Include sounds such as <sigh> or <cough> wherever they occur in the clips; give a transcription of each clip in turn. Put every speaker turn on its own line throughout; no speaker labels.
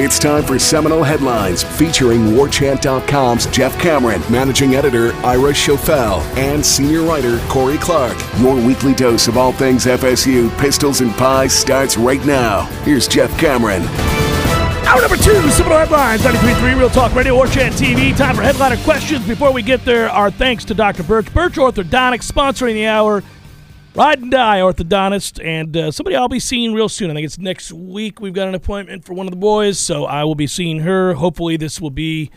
It's time for Seminole Headlines featuring WarChant.com's Jeff Cameron, managing editor Ira Schofel, and senior writer Corey Clark. Your weekly dose of all things FSU, pistols, and pies starts right now. Here's Jeff Cameron.
Hour number two, Seminole Headlines, 93.3 Real Talk Radio or Chat TV. Time for headliner questions. Before we get there, our thanks to Dr. Birch. Birch Orthodontics sponsoring the hour. Ride and die orthodontist, and uh, somebody I'll be seeing real soon. I think it's next week. We've got an appointment for one of the boys, so I will be seeing her. Hopefully, this will be.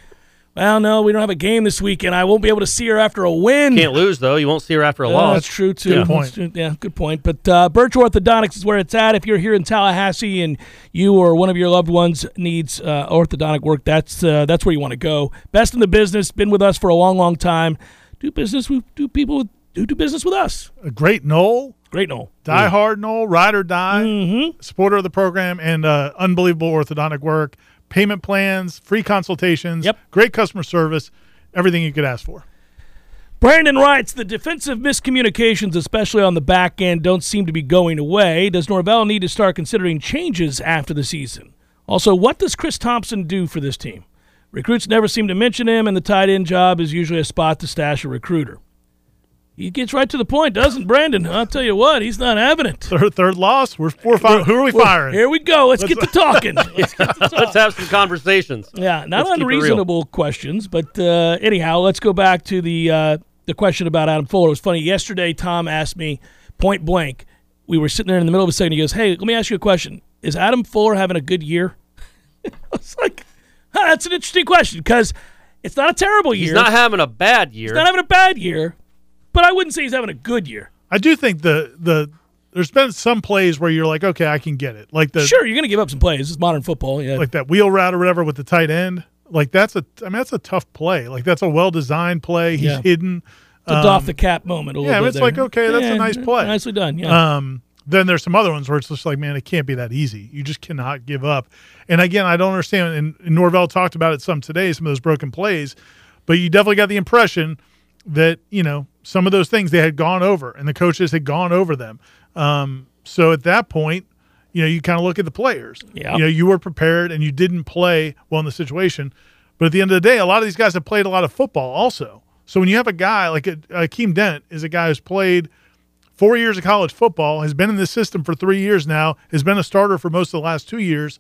Well, no, we don't have a game this week, and I won't be able to see her after a win.
Can't lose though. You won't see her after a
Yeah,
loss.
That's true too.
Yeah.
That's true. Yeah, good point. But uh, Birch Orthodontics is where it's at. If you're here in Tallahassee and you or one of your loved ones needs uh, orthodontic work, that's uh, that's where you want to go. Best in the business. Been with us for a long, long time. Do business with do people with, who do business with us.
A great Knoll,
Great Noel.
die hard Knoll, ride or die,
Mm-hmm.
supporter of the program, and uh, unbelievable orthodontic work, payment plans, free consultations,
Yep.
great customer service, everything you could ask for.
Brandon writes the defensive miscommunications, especially on the back end, don't seem to be going away. Does Norvell need to start considering changes after the season? Also, what does Chris Thompson do for this team? Recruits never seem to mention him, and the tight end job is usually a spot to stash a recruiter. He gets right to the point, doesn't Brandon? I'll tell you what, he's not having it.
Third, third loss, we're four or five. Who are we firing?
Here we go.
<laughs>
Let's get to talking. Let's get to
Let's have some conversations.
yeah, not
Let's keep it real.
unreasonable questions, but uh, anyhow, let's go back to the uh, the question about Adam Fuller. It was funny yesterday. Tom asked me point blank. We were sitting there in the middle of a second. He goes, "Hey, let me ask you a question. Is Adam Fuller having a good year?" <laughs> I was like, huh, "That's an interesting question because it's not a terrible year.
He's not having a bad year.
He's not having a bad year, but I wouldn't say he's having a good year.
I do think the the there's been some plays where you're like, okay, I can get it, like the
sure, you're going to give up some plays. It's modern football. Yeah,
like that wheel route or whatever with the tight end. Like that's a, I mean, that's a tough play. Like that's a well designed play. He's
Yeah.
hidden. um,
it's a doff the cap moment. A little
yeah,
bit
it's
there.
like, okay, that's a nice play.
nicely done. Yeah.
Um, then there's some other ones where it's just like, man, it can't be that easy. You just cannot give up. And again, I don't understand. And, and Norvell talked about it some today, some of those broken plays, but you definitely got the impression that you know some of those things they had gone over, and the coaches had gone over them. Um, so at that point, you know, you kind of look at the players.
Yeah.
You know, you were prepared and you didn't play well in the situation. But at the end of the day, a lot of these guys have played a lot of football also. So when you have a guy like a, Akeem Dent is a guy who's played four years of college football, has been in this system for three years now, has been a starter for most of the last two years.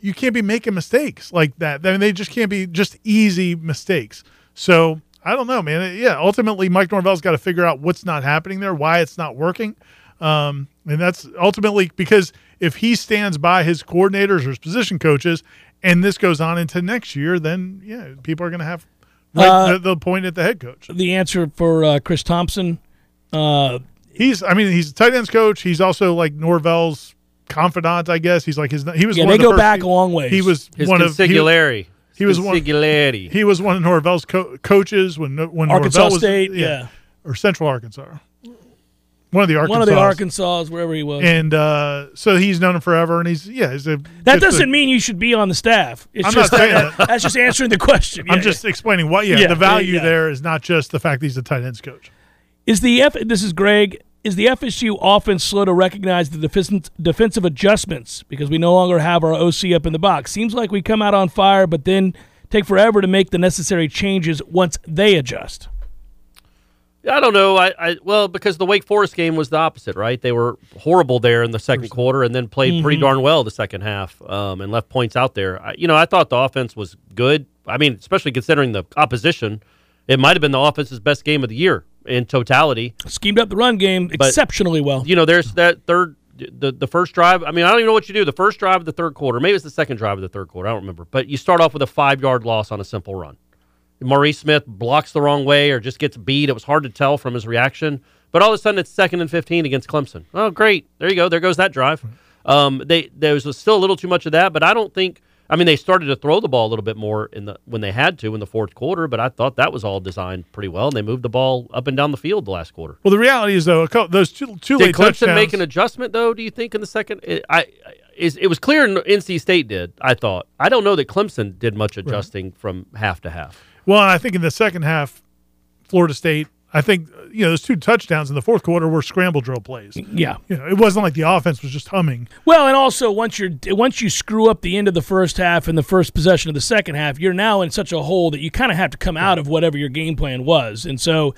You can't be making mistakes like that. I mean, they just can't be just easy mistakes. So I don't know, man. Uh, Yeah, ultimately, Mike Norvell's got to figure out what's not happening there, why it's not working. Um, and that's ultimately because if he stands by his coordinators or his position coaches and this goes on into next year, then yeah, people are going to have right,
Uh,
the, the point at the head coach.
the answer for uh, Chris Thompson. Uh,
He's, I mean, he's a tight ends coach. He's also like Norvell's confidant, I guess. He's like his. He was.
Yeah,
one of the
they go
first-
back a long ways.
He was
His
one of. He,
consigliere.
he was one-
Consigliere.
he was one of Norvell's co- coaches when when
Arkansas
Norvell was,
State, yeah.
or Central Arkansas, one of the Arkansas.
one of the Arkansas, wherever he was.
And uh, so he's known him forever, and he's yeah. He's a,
that
just a-
doesn't mean you should be on the staff. It's
I'm
just
not saying that.
<laughs> that's just answering the question.
I'm
Yeah.
just explaining what yeah,
Yeah,
the value
yeah.
there is not just the fact that he's a tight ends coach.
is the F. This is Greg. Is the FSU offense slow to recognize the defen- defensive adjustments because we no longer have our OC up in the box? Seems like we come out on fire, but then take forever to make the necessary changes once they adjust.
I don't know. I, I well because the Wake Forest game was the opposite, right? They were horrible there in the second quarter, and then played pretty darn well the second half, um, and left points out there. I, you know, I thought the offense was good. I mean, especially considering the opposition, it might have been the offense's best game of the year in totality.
Schemed up the run game exceptionally well.
you know, there's that third, the the first drive. I mean, I don't even know what you do. The first drive of the third quarter, maybe it's the second drive of the third quarter. I don't remember. But you start off with a five yard loss on a simple run. Maurice Smith blocks the wrong way or just gets beat. It was hard to tell from his reaction. But all of a sudden, it's second and fifteen against Clemson. Oh, great! There you go. There goes that drive. Um, they there was still a little too much of that, but I don't think. I mean, they started to throw the ball a little bit more in the when they had to in the fourth quarter, but I thought that was all designed pretty well, and they moved the ball up and down the field the last quarter.
Well, the reality is though, a co- those two, two
Did
late
Clemson
touchdowns.
make an adjustment though? Do you think in the second? It, I I- is it was clear N- NC State did. I thought. I don't know that Clemson did much adjusting from half to half.
Well, and I think in the second half, Florida State. I think you know those two touchdowns in the fourth quarter were scramble drill plays.
yeah.
You know, it wasn't like the offense was just humming.
Well, and also once you're once you screw up the end of the first half and the first possession of the second half, you're now in such a hole that you kind of have to come out of whatever your game plan was. And so,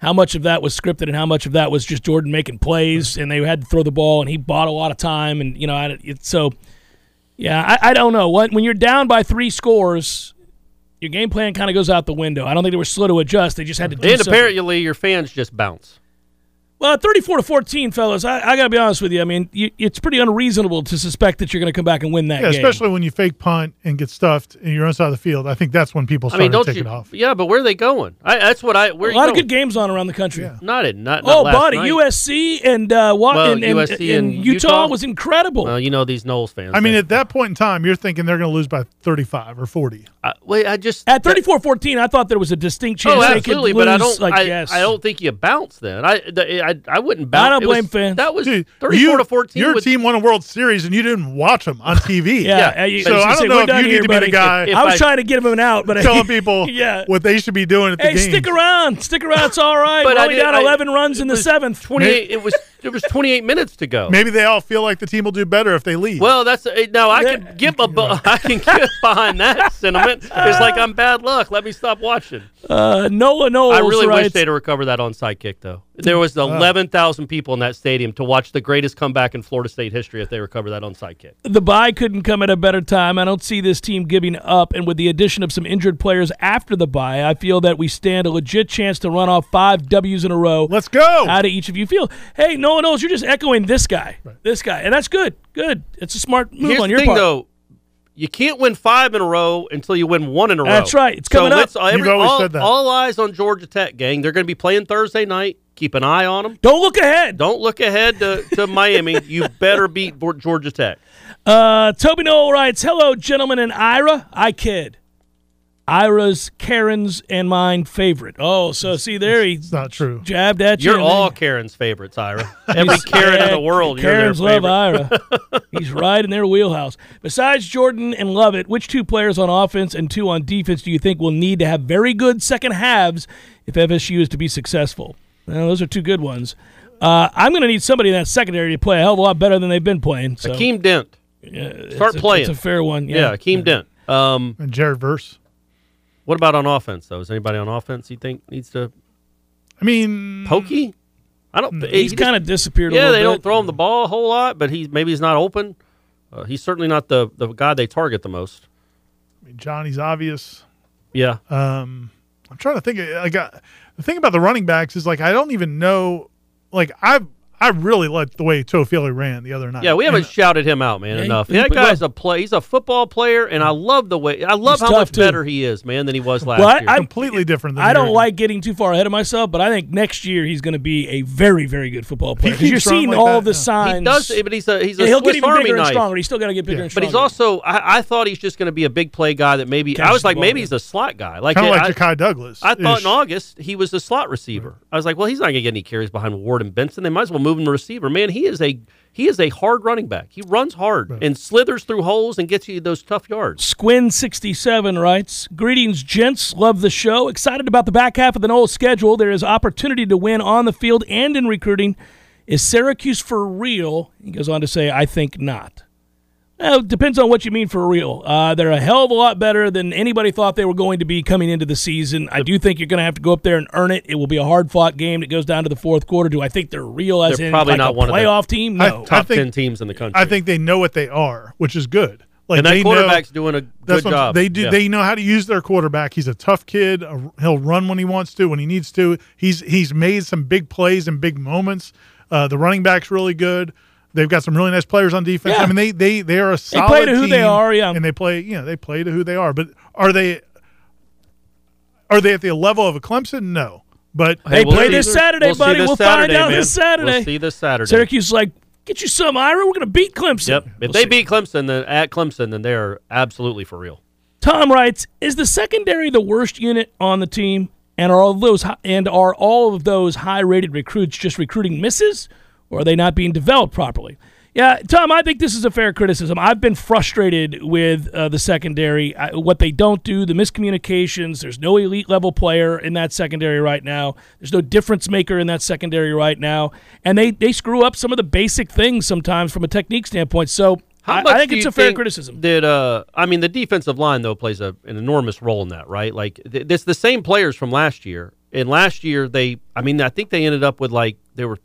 how much of that was scripted and how much of that was just Jordan making plays and they had to throw the ball and he bought a lot of time and you know I, it, so. Yeah, I, I don't know. When when you're down by three scores, your game plan kind of goes out the window. I don't think they were slow to adjust. They just had to do
And
something.
apparently, your fans just bounce.
Well, at 34 to 14, fellas, I, I got to be honest with you. I mean, you, it's pretty unreasonable to suspect that you're going to come back and win that
Yeah,
game.
especially when you fake punt and get stuffed and you're inside the field. I think that's when people
I
start
mean, don't
to take
you?
it off.
Yeah, but where are they going? I, that's what I. Where
a
are
lot
you going?
of good games on around the country.
Not in. Not, not
Oh,
last
buddy,
night.
USC and uh, wa-
Well,
and, and,
USC
and
and
Utah,
Utah?
was incredible.
Well, you know these Knowles fans.
I mean,
they-
at that point in time, you're thinking they're going to lose by 35 or 40.
I, wait, I just
at
that-
34-14, I thought there was a distinct chance
Oh,
they
absolutely,
could lose.
but I don't.
like,
I,
yes.
I don't think you bounce then. I, the, I, I wouldn't bounce.
I don't
It was-
blame fans.
That was
Dude,
thirty-four
you-
to fourteen.
Your
with-
team won a World Series and you didn't watch them on TV.
<laughs> Yeah,
Yeah,
you-
so I
was
don't
gonna say,
know
we're
if
down
you need
here,
to be the
buddy.
guy-
If
I was
I-
trying to get him out, but
<laughs>
I- <laughs>
Telling people
yeah.
what they should be doing at the
Hey,
game.
stick around. Stick around. It's all right.
But
We're
I
only
did-
down
I-
11 runs in the seventh.
Twenty-eight. it was. <laughs> It was twenty-eight minutes to go.
Maybe they all feel like the team will do better if they leave.
Well, that's eh, no. I can give a. bu- <laughs> I can get behind that sentiment. It's like I'm bad luck. Let me stop watching.
Uh, Noah Knowles
I really wish
writes,
they'd have recovered that onside kick, though. There was eleven thousand people in that stadium to watch the greatest comeback in Florida State history if they recover that onside kick.
The bye couldn't come at a better time. I don't see this team giving up, and with the addition of some injured players after the bye, I feel that we stand a legit chance to run off five W's in a row.
Let's go.
How do each of you feel? Hey, no one knows. You're just echoing this guy, this guy, and that's good. Good. It's a smart move
Here's
on
the
your
thing,
part.
though. You can't win five in a row until you win one in a row.
That's right. It's coming
so
up.
let's- Every,
You've always
all,
said that.
all eyes on Georgia Tech, gang. They're going to be playing Thursday night. Keep an eye on them.
Don't look ahead.
Don't look ahead to, to Miami. You better beat Bo- Georgia Tech.
Uh, Toby Noel writes, "Hello, gentlemen, and Ira. I kid. Ira's, Karen's, and mine favorite. Oh, so see there he
it's not true.
jabbed at you.
You're
and then-
all Karen's favorites, Ira. Every Karen in
Yeah,
the world, you're
Karens
their favorite.
love
<laughs>
Ira. He's right in their wheelhouse. Besides Jordan and Lovett, which two players on offense and two on defense do you think will need to have very good second halves if FSU is to be successful? Well, those are two good ones. Uh, I'm going to need somebody in that secondary to play a hell of a lot better than they've been playing. So
Akeem Dent.
yeah,
start
it's a-
playing.
It's a fair one.
Yeah,
Yeah.
Akeem Dent. Um,
And Jared Verse.
what about on offense though? Is anybody on offense you think needs to
I mean,
pokey? I don't.
He's kind of disappeared. a
Yeah,
little
they
bit.
don't throw him the ball a whole lot, but he's maybe he's not open. Uh, he's certainly not the the guy they target the most.
Johnny's obvious. Um,
Yeah,
I'm trying to think. Like I, the thing about the running backs is like I don't even know. Like I, I really liked the way Tofioli ran the other night.
yeah. We
And
haven't shouted him out, man,
Yeah,
enough.
he- he
that
put-
guy's a play. He's a football player, and I love the way. I love
He's
how much
tough, too.
better he is, man, than he was last
Well, I-
year.
I-
completely different. Than
I don't
Jurgen.
like getting too far ahead of myself, but I think next year he's going to be a very, very good football player. 'Cause
keeps
You're
running like
seeing all
that,
the
yeah.
signs.
he does, but he's a he's a
Yeah, he'll
Swiss
get even
Army
bigger
knife.
and stronger. He's still got to get bigger and
But
stronger.
he's also, I, I thought he's just going to be a big play guy that maybe, I
Catches
was
the
like,
ball,
maybe
yeah.
he's a slot guy. Like,
kind of
I-
like Ja'Kai Douglas.
I thought
ish.
in August he was a slot receiver. I was like, well, he's not going to get any carries behind Ward and Benson. They might as well move him to receiver. Man, he is a he is a hard running back. He runs hard and slithers through holes and gets you those tough yards.
Squin67 writes Greetings, gents. Love the show. Excited about the back half of the Knowles schedule. There is opportunity to win on the field and in recruiting. Is Syracuse for real? He goes on to say, I think not. Uh, depends on what you mean for real. Uh, they're a hell of a lot better than anybody thought they were going to be coming into the season. I do think you're going to have to go up there and earn it. It will be a hard fought game that goes down to the fourth quarter. Do I think they're real as
They're
in
probably
like
not
a
one of the-
playoff
<laughs>
team?
I-
No.
I
Top
think-
ten teams in the country.
I think they know what they are, which is good. Like
and that
they
quarterback's
know,
doing a
that's
good
what I'm-
job.
They do.
Yeah.
They know how to use their quarterback. He's a tough kid. Uh, He'll run when he wants to, when he needs to. He's he's made some big plays and big moments. Uh, the running back's really good. They've got some really nice players on defense.
Yeah.
I mean, they they they are a solid.
play to who they
team,
are, yeah.
and they play. You know, they play to who they are. But are they are they at the level of a Clemson? No, but
Hey,
we'll
play
see.
this Saturday,
We'll see
buddy.
this
We'll find
Saturday,
out
man.
this Saturday.
We'll see this Saturday.
Syracuse is like, get you some, Ira. We're going to beat Clemson.
Yep. If
We'll
they
see.
beat Clemson, then at Clemson, then they're absolutely for real.
Tom writes, "Is the secondary the worst unit on the team, and are all those hi- and are all of those high-rated recruits just recruiting misses, or are they not being developed properly?" Yeah, Tom, I think this is a fair criticism. I've been frustrated with uh, the secondary, I, what they don't do, the miscommunications. There's no elite level player in that secondary right now. There's no difference maker in that secondary right now, and they they screw up some of the basic things sometimes from a technique standpoint. So I, I think
do
it's
you
a fair
think
criticism.
That uh, I mean, the defensive line though plays a, an enormous role in that, right? Like th- it's the same players from last year, and last year they, I mean, I think they ended up with like they were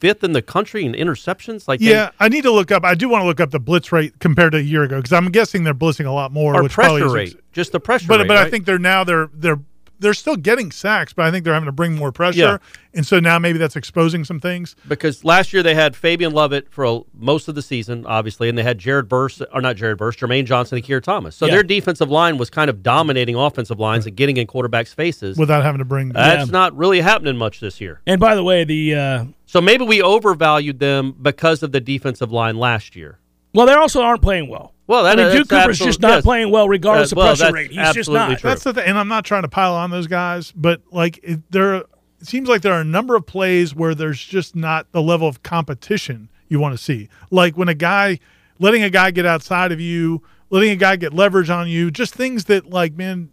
fifth in the country in interceptions. Like they-
Yeah, I need to look up. I do want to look up the blitz rate compared to a year ago because I'm guessing they're blitzing a lot more.
or
which probably
pressure
is-
rate, just the pressure
But
rate.
but I
right?
think they're now they're they're they're still getting sacks, but I think they're having to bring more pressure,
Yeah.
and so now maybe that's exposing some things.
because last year they had Fabian Lovett for a, most of the season, obviously, and they had Jared Burse, or not Jared Burse, Jermaine Johnson and Kier Thomas. So
Yeah.
their defensive line was kind of dominating offensive lines and getting in quarterbacks' faces.
without having to bring.
That's not really happening much this year.
and by the way, the uh,
So maybe we overvalued them because of the defensive line last year.
Well, they also aren't playing well.
Well, that-
I mean, Duke
that's
Cooper's just
absolute-
not
yes.
playing well, regardless
Uh, well,
of pressure
that's
rate. He's just
absolutely
not.
true.
That's the thing, and I'm not trying to pile on those guys, but like it, there, it seems like there are a number of plays where there's just not the level of competition you want to see. Like when a guy, letting a guy get outside of you, letting a guy get leverage on you, just things that like man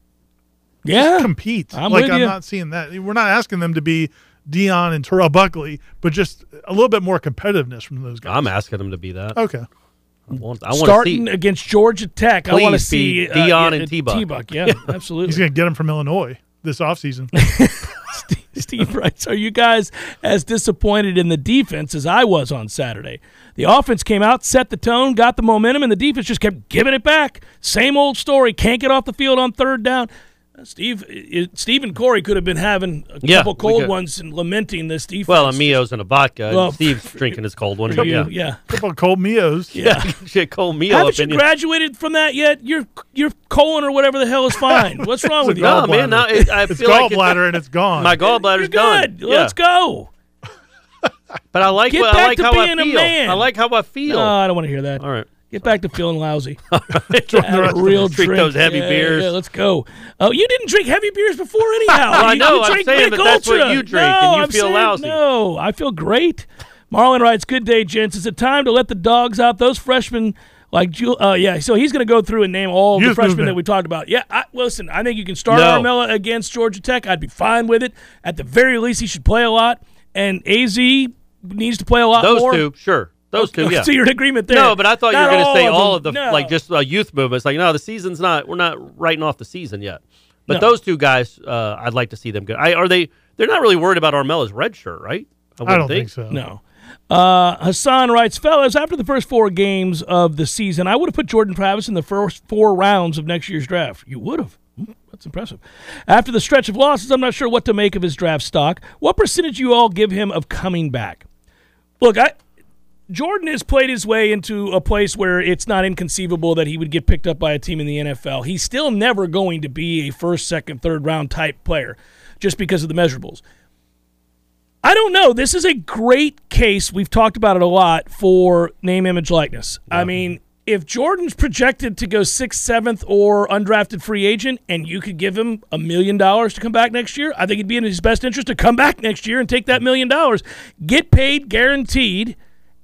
Yeah,
compete.
I'm
like
with
I'm
you.
not seeing that. We're not asking them to be Dion and Terrell Buckley, but just a little bit more competitiveness from those guys.
I'm asking them to be that.
okay.
I want, I want to
starting
see.
against Georgia Tech. I want to
Please
see uh,
be Deion
yeah,
and T-Buck. <laughs>
T-Buck, yeah,
He's
absolutely.
gonna get him from Illinois this offseason.
<laughs> Steve writes, "Are you guys as disappointed in the defense as I was on Saturday? The offense came out, set the tone, got the momentum, and the defense just kept giving it back. Same old story. Can't get off the field on third down." Uh, Steve, it, Steve and Corey could have been having a
Yeah,
couple
we
cold
could.
ones and lamenting this defense.
Well, Amio's in a vodka. and
Well, <laughs>
Steve's drinking his cold one.
You-
Yeah.
yeah.
Couple of cold
<laughs>
Mios.
Yeah. <laughs> Shit, cold meal
Haven't you
opinion.
graduated from that yet? Your your colon or whatever
<laughs>
the hell is fine. What's wrong with you?
no, man. No, it, I
It's
feel like
gallbladder and it's
<laughs>
gone.
my gallbladder's
You're good.
done.
Let's
yeah.
go.
But I like
Get
what,
back
I like
to
how
being a
I feel.
man.
I like how I feel.
No, I don't want to hear that.
All right.
Get back to
<laughs>
feeling lousy. <laughs> Have a
rest of
real
Drink
drink.
those heavy
Yeah,
beers.
Yeah, let's go. Oh, you didn't drink heavy beers before anyhow.
Well, <laughs> I
You-
know,
You
I'm
drank
saying,
Mick
but that's what
Ultra.
you drink,
no,
and you
I'm
feel
saying
lousy.
No, I feel great. Marlon writes, "Good day, gents. Is it time to let the dogs out? Those freshmen." Like, Ju- uh, yeah, so he's going to go through and name all the
Youth
freshmen
movement.
that we talked about. Yeah, I, listen, I think you can start
No.
Armella against Georgia Tech. I'd be fine with it. At the very least, he should play a lot, and AZ needs to play a lot
Those
more.
two, sure. Those two, yeah.
<laughs> So you're in agreement there.
No, but I thought
Not
you were going to say all of the
them. No.
like just uh, youth movements. Like, no, the season's not. We're not writing off the season yet. But
No.
those two guys, uh, I'd like to see them go. I, are they? They're not really worried about Armella's red shirt, right?
I
wouldn't
don't think so.
No. Uh, Hassan writes, fellas, after the first four games of the season, I would have put Jordan Travis in the first four rounds of next year's draft. You would have. Hmm, That's impressive. After the stretch of losses, I'm not sure what to make of his draft stock. What percentage you all give him of coming back? Look, I Jordan has played his way into a place where it's not inconceivable that he would get picked up by a team in the NFL. He's still never going to be a first, second, third round type player just because of the measurables. I don't know. This is a great case. We've talked about it a lot for name, image, likeness. I mean, if Jordan's projected to go sixth, seventh, or undrafted free agent, and you could give him a million dollars to come back next year, I think it'd be in his best interest to come back next year and take that million dollars, get paid guaranteed,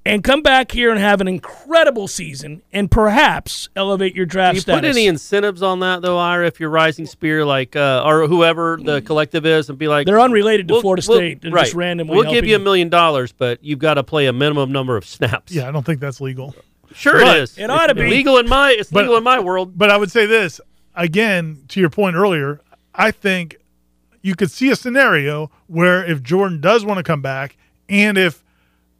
and come back here and have an incredible season and perhaps elevate your draft
Do you
status.
put any incentives on that though, Ira? If you're rising spear, like uh, or whoever the collective is, and be like,
They're unrelated to
we'll-
Florida
we'll-
State. They're
right.
just randomly
We'll give
helping
you a
you.
million dollars, but you've got to play a minimum number of snaps.
Yeah, I don't think that's legal.
Sure,
But-
it is.
It oughta be.
legal in my. It's
But-
legal in my world.
But I would say this again to your point earlier. I think you could see a scenario where if Jordan does want to come back, and if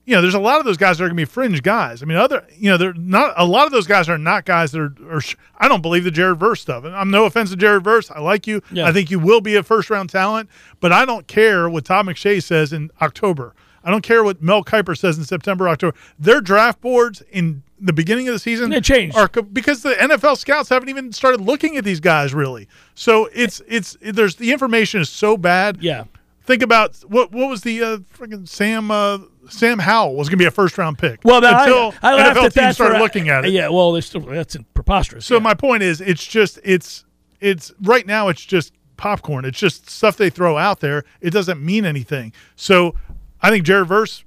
you know, there's a lot of those guys that are going to be fringe guys. I mean, other you know, they're not a lot of those guys are not guys that are. are sh- I don't believe the Jared Verse stuff, and I'm no offense to Jared Verse. I like you.
Yeah.
I think you will be a first round talent, but I don't care what Tom McShay says in October. I don't care what Mel Kiper says in September, October. Their draft boards in the beginning of the season
They changed.
are co- because the NFL scouts haven't even started looking at these guys really. So it's it's there's the information is so bad.
Yeah.
Think about what what was the uh, freaking Sam uh, Sam Howell was going to be a first round pick.
Well, now,
until
I, I laughed
NFL
at that
teams started
for-
looking at it.
Yeah, well, it's still, that's preposterous.
So
yeah.
my point is, it's just it's it's right now it's just popcorn. It's just stuff they throw out there. It doesn't mean anything. So I think Jared Verse,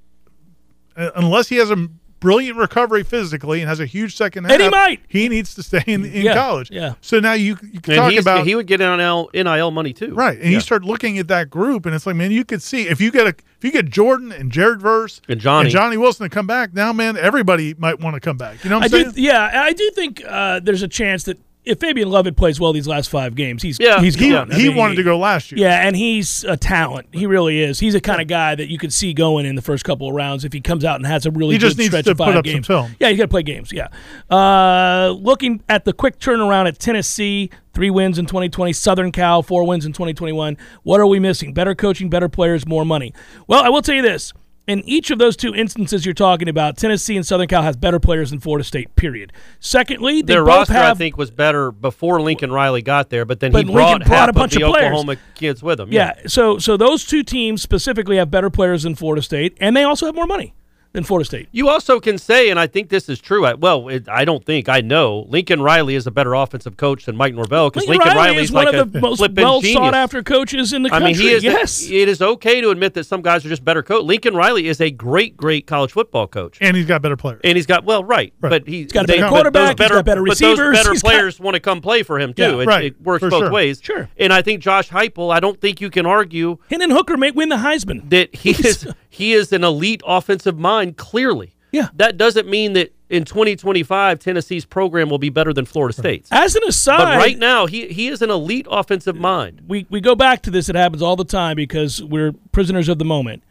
uh, unless he has a brilliant recovery physically and has a huge second half,
And he might.
he needs to stay in, in
Yeah,
college.
yeah.
So now you you can
And
talk
he's-
about
he would get nil nil money too.
Right, and you start looking at that group, and it's like, man, you could see if you get a if you get Jordan and Jared Verse
And Johnny.
Wilson to come back now, man, everybody might want to come back. You know
I
what I'm
do,
saying?
yeah, I do think uh, there's a chance that if Fabian Lovett plays well these last five games, he's
Yeah.
he's
he
gone. I
he
mean,
wanted to go last year.
Yeah, and he's a talent. He really is. He's the kind of guy that you could see going in the first couple of rounds if he comes out and has a really
He
good
just needs
stretch
to
of five
put up some
games.
film.
Yeah, he's got to play games. Yeah. Uh, looking at the quick turnaround at Tennessee, three wins in 2020. Southern Cal, four wins in 2021. What are we missing? Better coaching, better players, more money. Well, I will tell you this. In each of those two instances you're talking about, Tennessee and Southern Cal has better players than Florida State. Period. Secondly, they
Their
both
roster, I
have
think, was better before Lincoln Riley got there, but then he
But Lincoln
brought,
brought
half
a bunch
of the
of players.
Oklahoma kids with him.
Yeah. So so those two teams specifically have better players than Florida State, and they also have more money than Florida State.
You also can say, and I think this is true. I, well, it, I don't think I know. Lincoln Riley is a better offensive coach than Mike Norvell because Lincoln, Riley
is
like
one
a
of the most
flippin'
well
genius.
sought after coaches in the
I
country.
mean, he is.
yes.
It is okay to admit that some guys are just better coach. Lincoln Riley is a great, great college football coach,
and he's got better players.
and he's got well, right, but he, has
got a better quarterback, he's got better
But
receivers,
those better
he's got-
players want to come play for him too.
Yeah,
it,
right,
it works
for
both
sure.
ways.
Sure.
And I think Josh Heupel. I don't think you can argue
Hinn and Hooker may win the Heisman.
that he
He's-
is he is an elite offensive mind. Clearly,
Yeah.
That doesn't mean that in 2025 Tennessee's program will be better than Florida State's.
As an aside,
But right now, he he is an elite offensive mind.
we, we go back to this. It happens all the time because we're prisoners of the moment.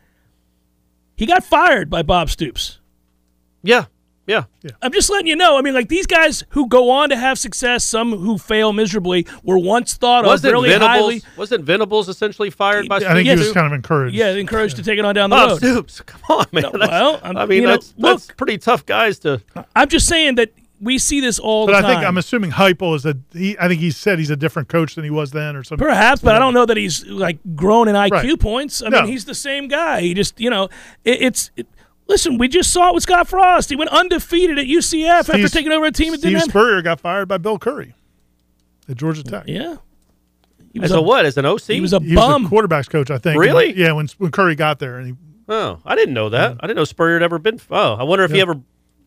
He got fired by Bob Stoops.
Yeah, yeah.
I'm just letting you know. I mean, like these guys who go on to have success, some who fail miserably, were once thought of
Wasn't
really
Venables
highly.
wasn't Venables essentially fired by?
I think
Yes.
he was kind of encouraged.
Yeah, encouraged to take it on down the
Bob
road.
Stoops. Oh, Come on, man. That's-
well, I'm-
I mean,
you know,
that's, that's pretty tough guys to.
I'm just saying that we see this all
But
the
I
time.
think I'm assuming Heupel is a. He, I think he said he's a different coach than he was then, or something.
Perhaps, but I don't know that he's like grown in IQ
Right.
points. I
No.
mean, he's the same guy. He just, you know, it, it's. It, listen, we just saw it with Scott Frost. He went undefeated at UCF after
Steve-
taking over a team that
Steve
didn't have.
Spurrier got fired by Bill Curry at Georgia Tech.
Yeah, he was
As
a,
a what? As an OC?
he was a
He was
bum.
the quarterbacks coach, I think.
Really?
Yeah, when when Curry got there, and he
Oh, I didn't know that. I didn't know Spurrier had ever been. Oh, I wonder if he ever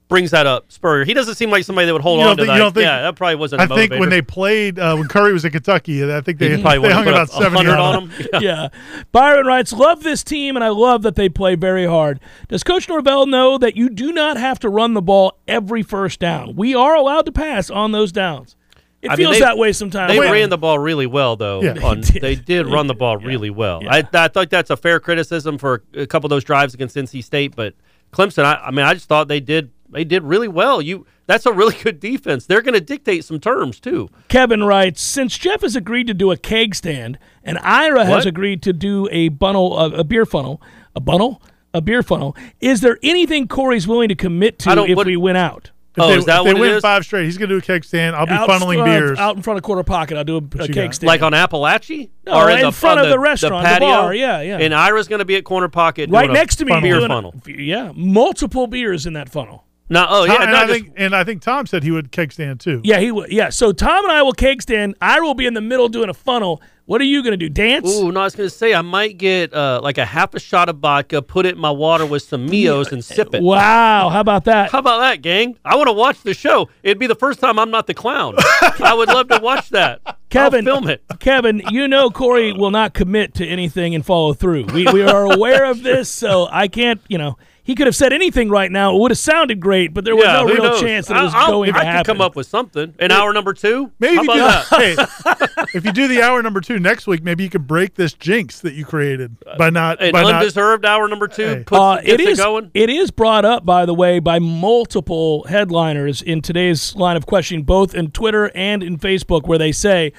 brings that up. Spurrier. He doesn't seem like somebody that would hold
You don't
on to
think-
that.
you don't think-
yeah, that probably wasn't. a
I think when
motivator.
they played uh, when Curry was at Kentucky, I think they,
He probably wouldn't
they hung
put
about
up
seventy
100
on him.
on him. Yeah.
yeah. Byron writes, love this team, and I love that they play very hard. Does Coach Norvell know that you do not have to run the ball every first down? We are allowed to pass on those downs. It
I mean,
feels
they-
that way sometimes.
They ran the ball really well, though.
Yeah.
on-
They did.
they did run the ball really well. I, I think that's a fair criticism for a couple of those drives against NC State, but Clemson. I, I mean, I just thought they did they did really well. You that's a really good defense. They're going to dictate some terms too.
Kevin writes, since Jeff has agreed to do a keg stand and Ira
What?
has agreed to do a funnel, a, a beer funnel, a funnel, a beer funnel, is there anything Corey's willing to commit to
I don't-
if
what-
we win out?
If
oh,
they,
is that
if they
what
win
it is?
five straight, he's going to do a keg stand. I'll be
Out
funneling
front-
beers.
Out in front of quarter pocket, I'll do a, a
you
keg
got?
stand.
Like on Appalachie
No, in front
on
of the restaurant, the
patio?
bar, yeah, yeah.
And Ira's going to be at corner pocket,
right
doing a
next to me.
funnel.
beer
doing a-
funnel.
yeah, multiple beers in that funnel.
No, oh yeah,
Tom- and,
not
I
just-
think, and I think Tom said he would keg stand too.
Yeah, he will. Yeah, so Tom and I will keg stand. Ira will be in the middle doing a funnel. What are you going to do? Dance?
Ooh, no, I was going to say I might get uh, like a half a shot of vodka, put it in my water with some Mios, and sip it.
Wow, how about that?
How about that, gang? I want to watch the show. It'd be the first time I'm not the clown. I would love to watch that.
Kevin,
I'll film it.
<laughs> Kevin, you know Corey will not commit to anything and follow through. We, we are aware of this, so I can't, you know, He could have said anything right now. It would have sounded great, but there was no
who
real
knows?
chance that it was
I'll-
going to
I
happen.
could come up with something. An hour number two?
Maybe
How
if you,
about that?
do, hey, if you do the hour number two next week, maybe you can break this jinx that you created by not
An
by not
undeserved hour number two
Hey.
puts,
Uh, it
gets
is
it going.
it is brought up by the way by multiple headliners in today's line of questioning both in twitter and in facebook where they say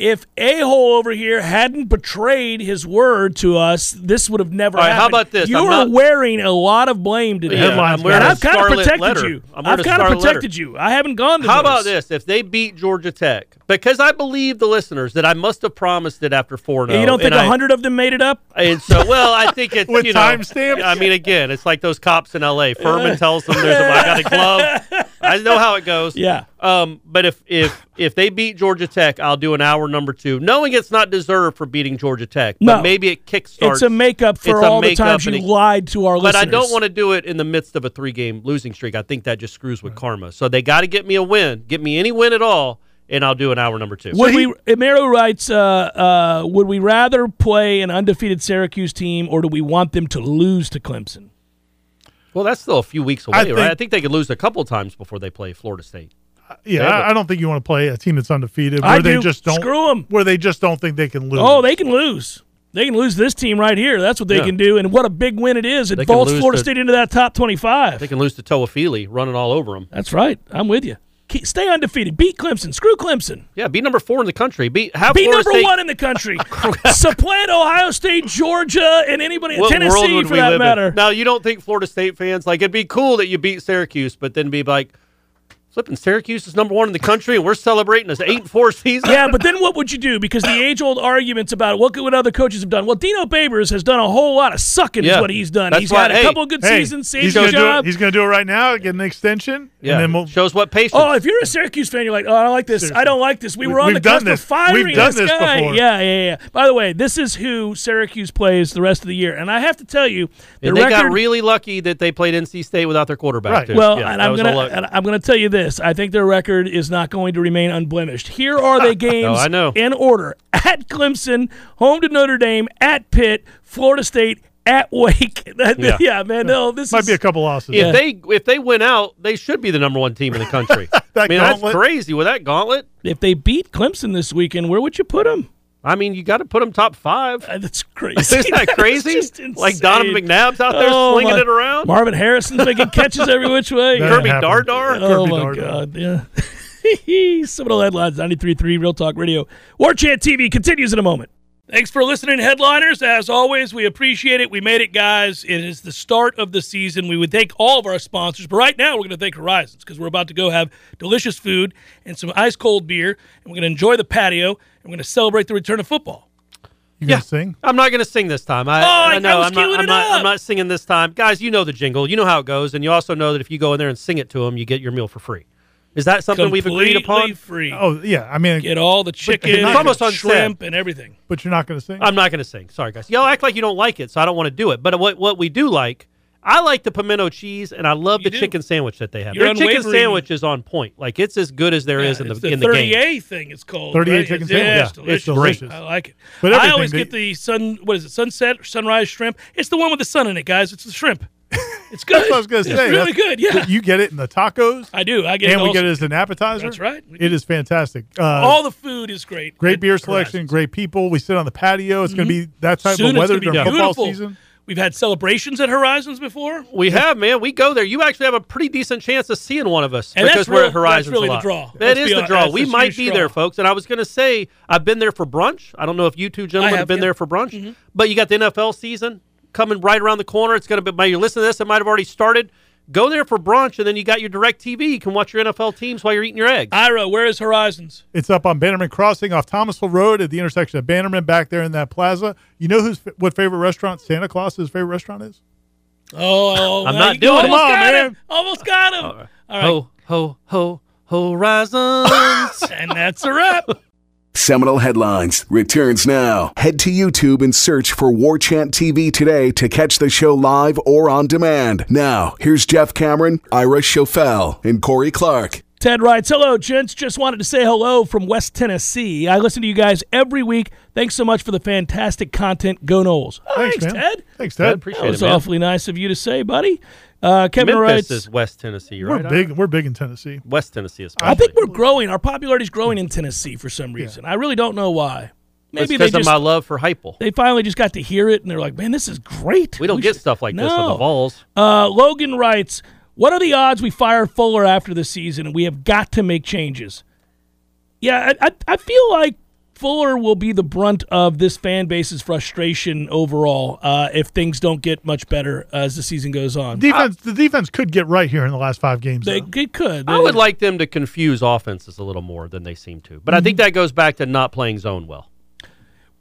if a-hole over here hadn't betrayed his word to us this would have never
All right,
happened
how about this?
you
I'm
are
not-
wearing a lot of blame today
Yeah, Headlines, I'm wearing
and
a
i've kind of
scarlet
protected
letter.
you
I'm wearing
i've
a
kind of
scarlet letter.
protected you i haven't gone to
How about this? If they beat Georgia Tech, because I believe the listeners that I must have promised it after four.
you don't think
a
a hundred of them made it up
And so, well, I
<laughs>
think it's
With
you know,
timestamps?
I mean, again, it's like those cops in L.A. Furman tells them there's a, I got a glove. I know how it goes.
Yeah.
Um, but if if if they beat Georgia Tech, I'll do an hour number two, knowing it's not deserved for beating Georgia Tech, but
No.
maybe it kickstarts.
it's a makeup for
it's a
all the
makeup
times
and
you
it-
lied to our
But
listeners
I don't want to do it in the midst of a three game losing streak. I think that just screws with karma. So they got to get me a win, get me any win at all, and I'll do an hour number two.
Would we? Mero writes, uh, uh, "Would we rather play an undefeated Syracuse team, or do we want them to lose to Clemson?"
Well, that's still a few weeks away,
think-
right? I think they could lose a couple times before they play Florida State.
Yeah,
Yeah, but-
I, I don't think you want to play a team that's undefeated where
I
they
do.
just don't
Screw 'em.
where they just don't think they can lose.
Oh, they can lose. They can lose this team right here. That's what they
Yeah.
can do, and what a big win it is! It
They can
vaults
lose
Florida
to-
State into that top twenty-five.
They can lose to Toa Feely, running all over them.
That's right. I'm with you. Keep, stay undefeated. Beat Clemson. Screw Clemson.
Yeah, be number four in the country. Be have
Be
Florida
number
State-
one in
<laughs>
the country. Supplant Ohio State, Georgia, and anybody
What world
Tennessee
would
for
we
that
live
matter.
In? Now you don't think Florida State fans like it'd be cool that you beat Syracuse, but then be like, flipping Syracuse is number one in the country, and we're celebrating this eight and four <laughs> season.
<laughs> yeah, but then what would you do? Because the age old arguments about what could what other coaches have done. Well, Dino Babers has done a whole lot of sucking, is
Yeah.
what he's done.
That's
he's
why-
had a
hey,
couple good
Hey,
seasons,
he's
saved
gonna
his
do it.
job.
He's going to do it right now. Get an extension.
Yeah,
and then we'll,
shows what patience.
<laughs> Oh, if you're a Syracuse fan, you're like, oh, I don't like this. I don't like this. We
We-
were on
we've
the
done
cusp
this.
of firing
We've done this
guy.
before.
Yeah, yeah, yeah. By the way, this is who Syracuse plays the rest of the year, and I have to tell you, the
and they
record.
got really lucky that they played NC State without their quarterback.
Right.
Too.
well,
Yeah,
and
that
I'm
was a
gonna
luck-
and I'm gonna tell you this. I think their record is not going to remain unblemished. Here
<laughs>
are the games
I know.
in order: at Clemson, home to Notre Dame, at Pitt, Florida State, at Wake. <laughs> yeah.
Yeah.
man. No, this
might
is,
be a couple losses.
If they if they win out, they should be the number one team in the
<laughs>
country. I
That
mean,
gauntlet.
that's crazy with that gauntlet.
if they beat Clemson this weekend, where would you put them?
I mean, you got to put them top five. <laughs>
That's crazy.
Isn't that
That's
crazy?
just
Like
insane.
Donovan McNabb's out there
Oh,
slinging
my-
it around.
Marvin Harrison's making catches every
<laughs>
which way.
That
Kirby
happened.
Dardar.
Oh
Kirby
my
Darden.
God! Yeah. <laughs> Seminole headlines 93.3 Real Talk Radio. War Chant TV continues in a moment. Thanks for listening, headliners. As always, we appreciate it. We made it, guys. It is the start of the season. We would thank all of our sponsors, but right now we're going to thank Horizons because we're about to go have delicious food and some ice cold beer, and we're going to enjoy the patio and we're going to celebrate the return of football.
you gonna sing?
I'm not going to sing this time. I,
Oh, I- I
know
was
am not,
queuing
I'm
it
not.
up.
I'm not singing this time, guys. You know the jingle. You know how it goes, and you also know that if you go in there and sing it to them, you get your meal for free. Is that something we've agreed
Completely
upon?
free.
Oh yeah. I mean,
Get all the chicken,
it's almost
and
unsaid.
shrimp, and everything.
but you're not going to sing.
I'm not going to sing. Sorry, guys. Y'all act like you don't like it, so I don't want to do it. But what what we do like, I like the pimento cheese, and I love the
do.
chicken sandwich that they have.
You're
Their chicken
unwavering.
sandwich is on point. Like it's as good as there is in the,
It's
in the game.
38 thing it's called.
38
right?
chicken
It's-
sandwich.
Yeah,
Yeah,
it's
it's
delicious.
delicious.
I like it.
But
I
everything
always
they-
get the sun. What is it? Sunset or sunrise shrimp? It's the one with the sun in it, guys. It's
<laughs>
the shrimp. It's good.
That's what I was going
it's
to say.
really
That's-
good. Yeah,
You get it in the tacos,
I do. I get.
and
it
we
also.
get it as an appetizer.
That's right. We
It is fantastic. Uh,
All the food is great.
great
at
beer selection,
Horizons.
great people. We sit on the patio. It's going to be that type
Mm-hmm.
of
Soon it's
weather
gonna be
during football
beautiful.
season.
We've had celebrations at Horizons before.
We have, man. We go there. You actually have a pretty decent chance of seeing one of us
And
because
that's
we're
real-
at Horizons
that's really
a
the
lot.
draw.
That
Let's
is
be
the
hon-
draw.
that's
We
a
might
huge
be
draw.
there, folks. And I was going to say, I've been there for brunch. I don't know if you two gentlemen
I
have,
have,
been
yeah. Mm-hmm.
there for brunch, but you got the NFL season coming right around the corner. It's going to be. By you listen to this, it might have already started. Go there for brunch, and then you got your Direct TV. You can watch your NFL teams while you're eating your eggs.
Ira, where is Horizons?
It's up on Bannerman Crossing off Thomasville Road at the intersection of Bannerman back there in that plaza. You know who's what favorite restaurant Santa Claus's favorite restaurant is?
Oh,
<laughs> I'm
well,
not
you
doing it.
almost
Come on,
got Him.
man.
Almost got him. All right,
Ho ho ho Horizons.
<laughs> and that's a wrap.
Seminole Headlines returns now. Head to YouTube and search for War Chant TV today to catch the show live or on demand. Now, here's Jeff Cameron, Ira Schofel, and Corey Clark.
Ted writes, Hello, gents. Just wanted to say hello from West Tennessee. I listen to you guys every week. Thanks so much for the fantastic content. Go Knowles. Oh,
Thanks, man.
Ted.
Thanks,
I
Ted.
appreciate
That was
it, man.
awfully nice of you to say, buddy. Uh, Kevin
Memphis
writes,
is West Tennessee, right?
We're big. We're big in Tennessee.
West Tennessee, especially.
I think we're growing. Our popularity's growing in Tennessee for some reason. I really don't know why. Maybe they
because of
just
my love for Hypel.
they finally just got to hear it and they're like, man, this is great.
We don't get
should-"
stuff like this on the
No.
Vols.
Uh, Logan writes, "What are the odds we fire Fuller after the season? And we have got to make changes." Yeah, I, I, I feel like Fuller will be the brunt of this fan base's frustration overall uh, if things don't get much better as the season goes on.
Defense. the defense could get right here in the last five games.
Uh, They,
though.
<laughs> they could.
I would like them to confuse offenses a little more than they seem to. But I
Mm-hmm.
think that goes back to not playing zone well.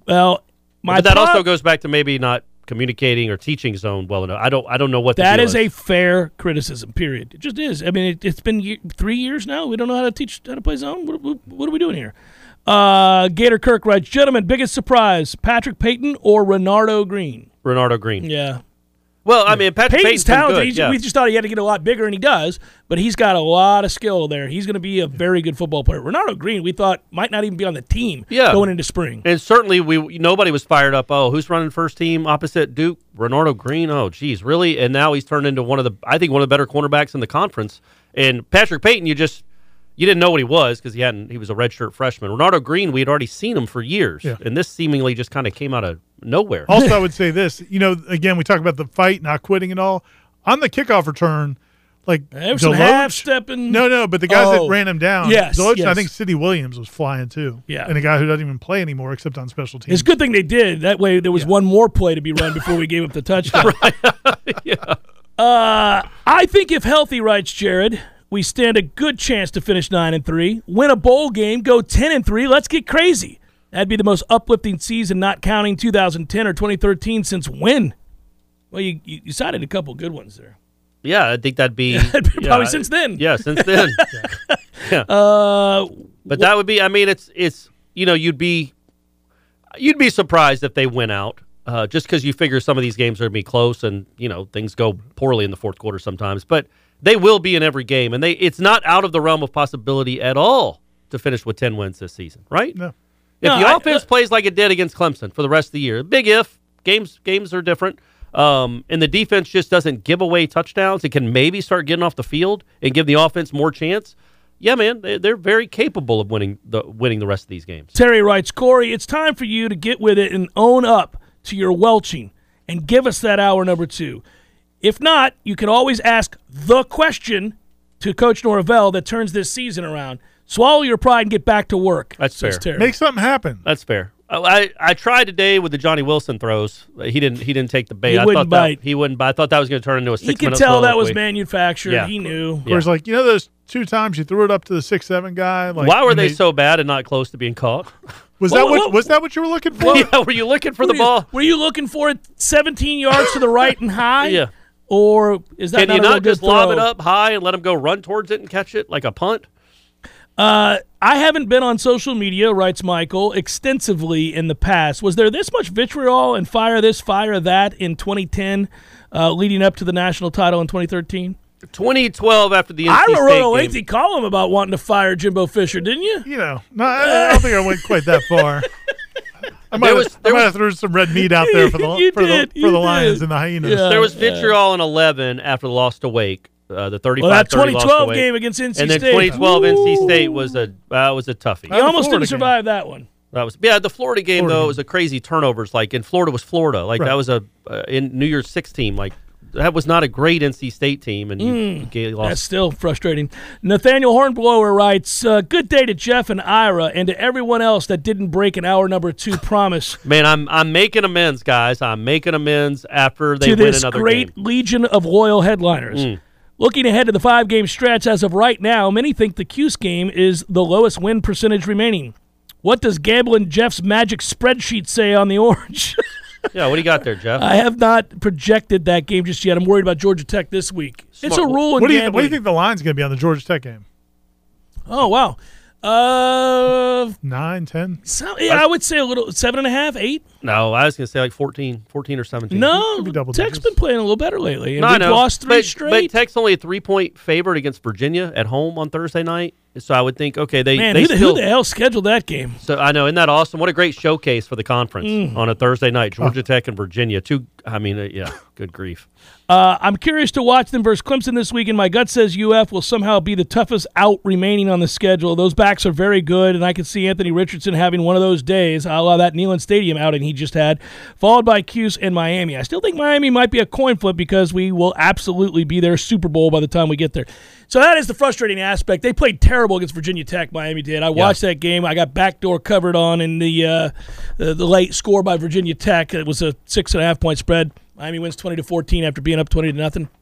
Well, my
but that
prob-
also goes back to maybe not communicating or teaching zone well enough. I don't I don't know what the
That
deal
is a fair criticism. Period. It just is. I mean, it, it's been ye three years now. We don't know how to teach how to play zone. What, what, what are we doing here? Uh, Gator Kirk writes, gentlemen, biggest surprise: Patrick Payton or Renardo Green?
Renardo Green.
Yeah,
Well, I mean Patrick Payton's
Payton's
been
talented.
good,
He's-
yeah.
We just thought he had to get a lot bigger, and he does. But he's got a lot of skill there. He's going to be a very good football player. Renardo Green, we thought might not even be on the team
Yeah.
going into spring.
and certainly we nobody was fired up. Oh, who's running first team opposite Duke? Renardo Green. Oh, geez, really? And now he's turned into one of the I think one of the better cornerbacks in the conference. And Patrick Payton, you just you didn't know what he was because he hadn't he was a redshirt freshman. Renardo Green, we had already seen him for years,
Yeah.
and this seemingly just kind of came out of nowhere.
Oh.
Also, I would say this. You know, again, we talk about the fight, not quitting, and all. On the kickoff return, like
There was some
Deloach-
half stepping.
No, no, but the guys
Oh.
that ran him down.
Yes,
Deloach, and I
yes.
think City Williams was flying too.
Yeah.
and a guy who doesn't even play anymore except on special
It's
teams.
a good thing they did. That way, there was one more play to be run before we gave up the touchdown. Uh, I think if healthy, writes Jared, we stand a good chance to finish nine and three, win a bowl game, go ten and three. Let's get crazy. That'd be the most uplifting season, not counting 2010 or 2013 since when? Well, you, you, you cited a couple good ones there.
Yeah, I think that'd be,
<laughs> that'd be
yeah,
probably since then.
Yeah, since
<laughs>
then. yeah.
Uh,
but that would be. I mean, it's it's you know you'd be you'd be surprised if they went out uh, just because you figure some of these games are gonna be close and you know things go poorly in the fourth quarter sometimes. But they will be in every game, and they it's not out of the realm of possibility at all to finish with ten wins this season, right?
No.
If
No,
the
I-
offense plays like it did against Clemson for the rest of the year, big if games games are different. Um, and the defense just doesn't give away touchdowns. It can maybe start getting off the field and give the offense more chance. Yeah, man, they, they're very capable of winning the winning the rest of these games.
Terry writes, Corey, it's time for you to get with it and own up to your welching and give us that hour number two. If not, you can always ask the question to Coach Norvell that turns this season around. Swallow your pride and get back to work.
That's
says
fair.
Terry.
Make something happen.
Uh,
That's fair. I, I I tried today with the Johnny Wilson throws. He didn't he didn't take the bait.
He
I
wouldn't
thought that-
bite.
he wouldn't bite. I thought that was going to turn into a six
he could
minute
tell that was
soliloquy.
manufactured.
Yeah.
He knew.
Yeah.
Whereas, like you know, those two times you threw it up to the six seven guy. Like,
Why were
and
they so bad and not close to being
<laughs>
caught? <laughs>
Was
Whoa,
that what?
whoa.
Was that what you were looking for?
yeah, were you looking for the
Were you-
ball?
Were you looking for it 17 yards to the right
<laughs>
and high?
Yeah.
Or is
Can
that not
you
a real
not
good
just lob it
throw?
up high and let him go run towards it and catch it like a punt?
Uh, I haven't been on social media, writes Michael, extensively in the past. Was there this much vitriol and fire this, fire that in 2010, uh, leading up to the national title in 2013?
2012 after the NC
I
State
wrote a
game.
lengthy column about wanting to fire Jimbo Fisher, didn't you?
You know, no, I, I don't think I went quite that
<laughs>
far. I might,
There
have,
was-
I
there
might
was-
have threw some red meat out there for the
<laughs> You
for
did,
the
you
for the
did.
lions and the hyenas.
Yeah.
There was vitriol in 11 after the loss to Wake, uh, the 35
Well, that
30 loss to
2012
Wake.
game against NC
and then
State.
2012 NC State
Ooh.
was a that was a toughie.
You almost
Florida
didn't
game.
survive that one.
That was yeah. The Florida game
Florida
though
game.
was a crazy turnovers. Like in Florida was Florida. Like that
Right.
was a uh, in New Year's six team. Like that was not a great NC State team, and you ga- lost.
Mm. That's still frustrating. Nathaniel Hornblower writes, uh, "Good day to Jeff and Ira, and to everyone else that didn't break an hour number two promise."
Man, I'm I'm making amends, guys. I'm making amends after they
to
win
this
another
great
game. Mm.
legion of loyal headliners. Looking ahead to the five game stretch as of right now, many think the Cuse game is the lowest win percentage remaining. What does Gambling Jeff's magic spreadsheet say on the orange? <laughs>
Yeah, what do you got there, Jeff?
I have not projected that game just yet. I'm worried about Georgia Tech this week. It's a
Smart.
rule in
What do you
gambling.
What do you think the line's going to be on the Georgia Tech game?
Oh wow. Uh,
Nine, ten.
so, yeah, I would say a little seven and a half, eight.
No, I was going to say like 14, 14 or 17.
No,
could be double
Tech's
digits.
been playing a little better lately. And
No, I
we've
know.
lost three
but,
straight.
But Tech's only a three point favorite against Virginia at home on Thursday night. So I would think, okay, they
Man,
they
who the,
still.
who the hell scheduled that game?
So I know, isn't that awesome? What a great showcase for the conference
Mm.
on a Thursday night.
Oh.
Georgia Tech and Virginia. Two. I mean, uh,
<laughs>
yeah. Good grief.
Uh, I'm curious to watch them versus Clemson this week, and my gut says UF will somehow be the toughest out remaining on the schedule. Those backs are very good, and I could see Anthony Richardson having one of those days, a la that Neyland Stadium outing he just had, followed by Cuse and Miami. I still think Miami might be a coin flip because we will absolutely be their Super Bowl by the time we get there. So that is the frustrating aspect. They played terrible against Virginia Tech. Miami did. I watched that game. I got backdoor covered on in the uh, the, the late score by Virginia Tech. It was a six and a half point spread. Miami wins twenty to fourteen after being up twenty to nothing. <laughs>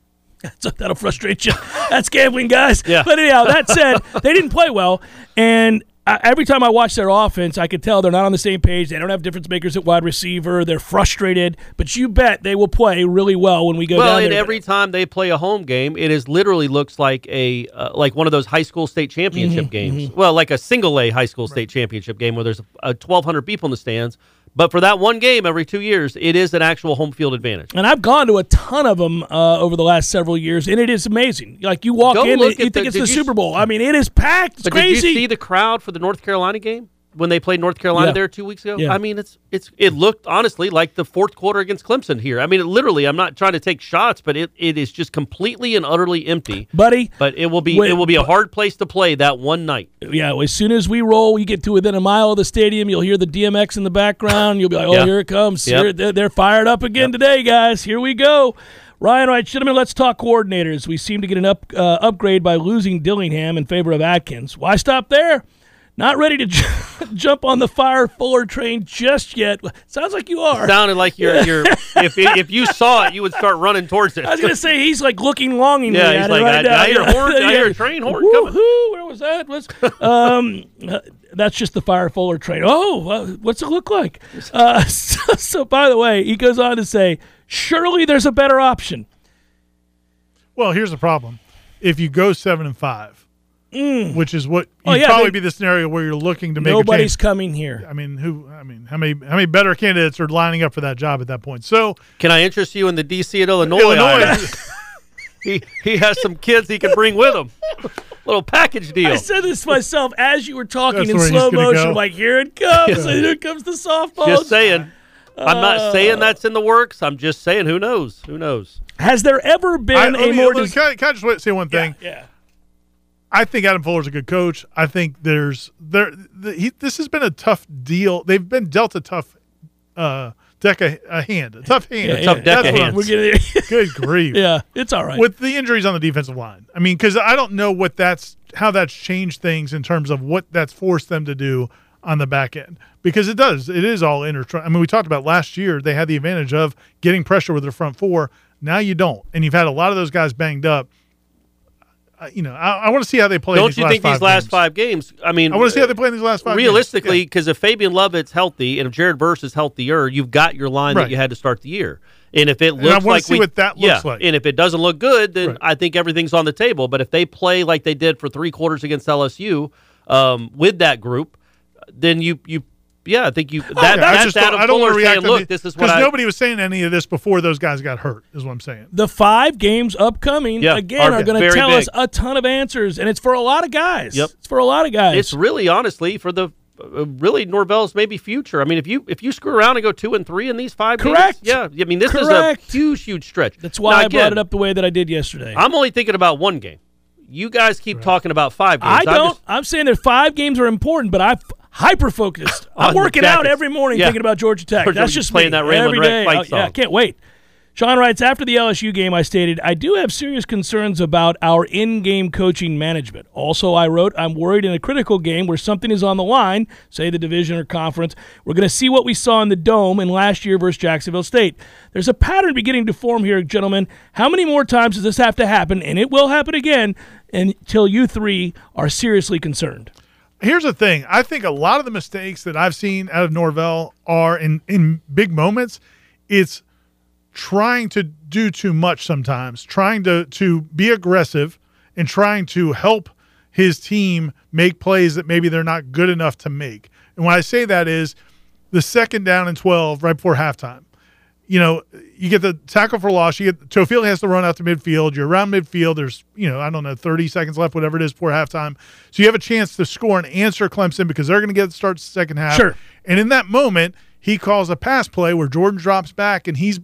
So that'll frustrate you. That's gambling, guys.
Yeah.
But anyhow, that said, they didn't play well, and I, every time I watch their offense, I could tell they're not on the same page. They don't have difference makers at wide receiver. They're frustrated, but you bet they will play really well when we go
Well,
down
and
there.
every time they play a home game, it is literally looks like a uh, like one of those high school state championship
Mm-hmm.
games. Well, like a single A high school state championship game where there's a, a 1,200 people in the stands. But for that one game every two years, it is an actual home field advantage.
And I've gone to a ton of them uh, over the last several years, and it is amazing. Like you walk
Go
in,
look
you
at
think
the-
it's
did
the
you-
Super Bowl. I mean, it is packed. It's
But
crazy.
did you see the crowd for the North Carolina game when they played North Carolina
Yeah.
there two weeks ago?
Yeah.
I mean, it's it's it looked honestly like the fourth quarter against Clemson here. I mean, it literally. I'm not trying to take shots, but it, it is just completely and utterly empty.
Buddy,
But it will be
Wait,
it will be a
but-
hard place to play that one night.
yeah. As soon as we roll, you get to within a mile of the stadium, you'll hear the DMX in the background. You'll be like, "Oh,
Yeah.
here it comes!
Yep.
Here- they're, they're fired up again today, guys. Here we go." Ryan Wright, gentlemen, let's talk coordinators. We seem to get an up uh, upgrade by losing Dillingham in favor of Atkins. Why stop there? Not ready to <laughs> j- jump on the fire Fuller train just yet. Sounds like you are.
Sounded like you're
<laughs>
you're if if you saw it, you would start running towards it.
I was gonna say he's like looking longingly.
Yeah,
at
he's
it
like,
right
I-
now.
I hear
Yeah.
horn- I
<laughs> Yeah.
hear a train horn
Woo-hoo,
coming.
Where was that? What's, <laughs> um, uh, that's just the fire Fuller train. Oh, uh, what's it look like? Uh, <laughs> so, so, by the way, he goes on to say, surely there's a better option.
Well, here's the problem. If you go seven and five, which is what
Oh,
you'd
yeah,
probably
they-
be the scenario where you're looking to make
Nobody's
a change.
coming here.
I mean, who? I mean, how many? How many better candidates are lining up for that job at that point? So
Can I interest you in the DC at Illinois?
Illinois,
item? he he has some kids he can bring with
<laughs>
him. Little package deal.
I said this to myself as you were talking
That's
in
where he's
slow
gonna
motion.
go.
Like here it comes. Here comes the softball.
Just saying. I'm not saying that's in the works. I'm just saying, who knows? Who knows?
Has there ever
I,
been
let
a
me-
more?
let me-
dis-
can, I, can I just wait, say one thing?
yeah.
I think Adam Fuller's a good coach. I think there's there. The, he, this has been a tough deal. They've been dealt a tough uh, deck of a hand, a tough hand,
Yeah, tough yeah.
deck
That's
of
what I'm-
hands.
We're getting.
Good grief.
<laughs> yeah, it's all right.
with the injuries on the defensive line. I mean, because I don't know what that's how that's changed things in terms of what that's forced them to do on the back end because it does. It is all inter. I mean, we talked about last year they had the advantage of getting pressure with their front four. Now you don't, and you've had a lot of those guys banged up. I, you know, I, I want to see how they play.
Don't
these
you
last
think these
five
last
games.
five games? I mean,
I want to see how they play in these last five. games.
realistically, because if Fabian Lovett's healthy and if Jared Verse is healthier, you've got your line
Right.
that you had to start the year. And if it
I
looks
wanna
like
see
we-
what that
yeah,
looks like.
and if it doesn't look good, then
Right.
I think everything's on the table. But if they play like they did for three quarters against LSU um, with that group, then you you yeah, I think you that,
Oh, Yeah, I
that's
just don't,
Adam
I don't
Fuller
want to react.
saying,
on
look,
the-
this is what
because
I
nobody was saying any of this before those guys got hurt. Is what I'm saying.
the five games upcoming
Yeah,
again
are
are going to
very
tell
big.
us a ton of answers, and it's for a lot of guys.
Yep.
it's for a lot of guys.
it's really honestly for the uh, really Norvell's maybe future. I mean, if you if you screw around and go two and three in these five, games,
Correct.
yeah, I mean this
Correct.
is a huge huge stretch.
That's why
Now,
I brought
again,
it up the way that I did yesterday.
I'm only thinking about one game. You guys keep talking about five games.
I
I'm
don't.
just-
I'm saying that five games are important, but I'm hyper focused.
<laughs> On
I'm
the
working out
Jackets.
every morning
Yeah.
thinking about Georgia Tech.
Georgia-
That's just
playing
me.
that Ramblin'
every
Red
day.
Fight
I- yeah, I
song.
can't wait. Sean writes after the LSU game. I stated I do have serious concerns about our in-game coaching management. Also, I wrote I'm worried in a critical game where something is on the line, say the division or conference. We're going to see what we saw in the dome in last year versus Jacksonville State. There's a pattern beginning to form here, gentlemen. How many more times does this have to happen? And it will happen again until you three are seriously concerned.
here's the thing. I think a lot of the mistakes that I've seen out of Norvell are in in big moments. It's trying to do too much sometimes, trying to to be aggressive and trying to help his team make plays that maybe they're not good enough to make. And when I say that is the second down and 12 right before halftime. You know, you get the tackle for loss. You get Tofield has to run out to midfield. You're around midfield. There's, you know, I don't know, 30 seconds left, whatever it is, before halftime. So you have a chance to score and answer Clemson because they're going to get starts second half.
Sure.
And in that moment, he calls a pass play where Jordan drops back and he's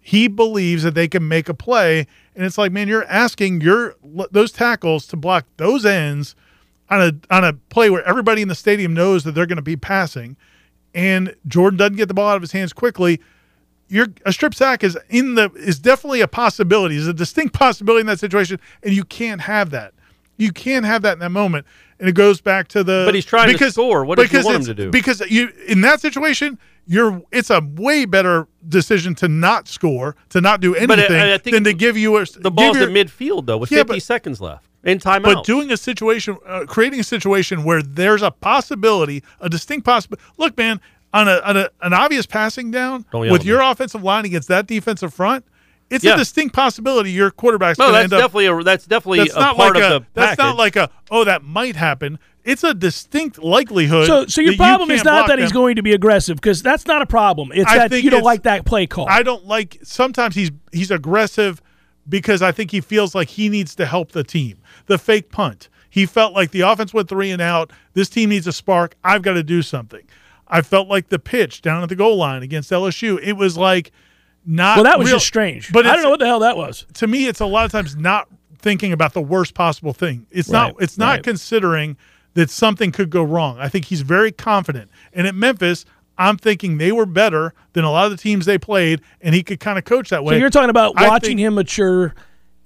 he believes that they can make a play and it's like man you're asking your those tackles to block those ends on a on a play where everybody in the stadium knows that they're going to be passing and Jordan doesn't get the ball out of his hands quickly you're, a strip sack is in the is definitely a possibility is a distinct <laughs> possibility in that situation and you can't have that you can't have that in that moment and it goes back to the
But he's trying to score. What did you
because
want him
it's-
to do?
because you in that situation you're it's a way better decision to not score to not do
But I- I
anything
think
than to give you a
The
give
ball's
your-
in midfield though, with
Yeah,
50
but-
seconds left in timeout.
but doing a situation uh, creating a situation where there's a possibility a distinct possibility look man on a, on a an obvious passing down
Don't yell
with
at
your offensive line against that defensive front it's
Yeah.
a distinct possibility your quarterback's
no,
going to
that's
end up
definitely a that's definitely
that's
a
not
part
like a
of the
that's not
package.
like a oh that might happen it's a distinct likelihood
So, so your
that you
problem is
can't
not
block
that he's
them.
going to be aggressive because that's not a problem. It's
I
that
think
you don't
it's-
like that play call.
I don't like sometimes he's he's aggressive because I think he feels like he needs to help the team. The fake punt. He felt like the offense went three and out. This team needs a spark. I've got to do something. I felt like the pitch down at the goal line against LSU. It was like not
well, that was
real-
just strange.
But
But I don't
it's-
know what the hell that was.
to me it's a lot of times not thinking about the worst possible thing it's
Right,
not it's not
right.
considering that something could go wrong i think he's very confident and at memphis i'm thinking they were better than a lot of the teams they played and he could kind of coach that way
So you're talking about
I
watching
think-
him mature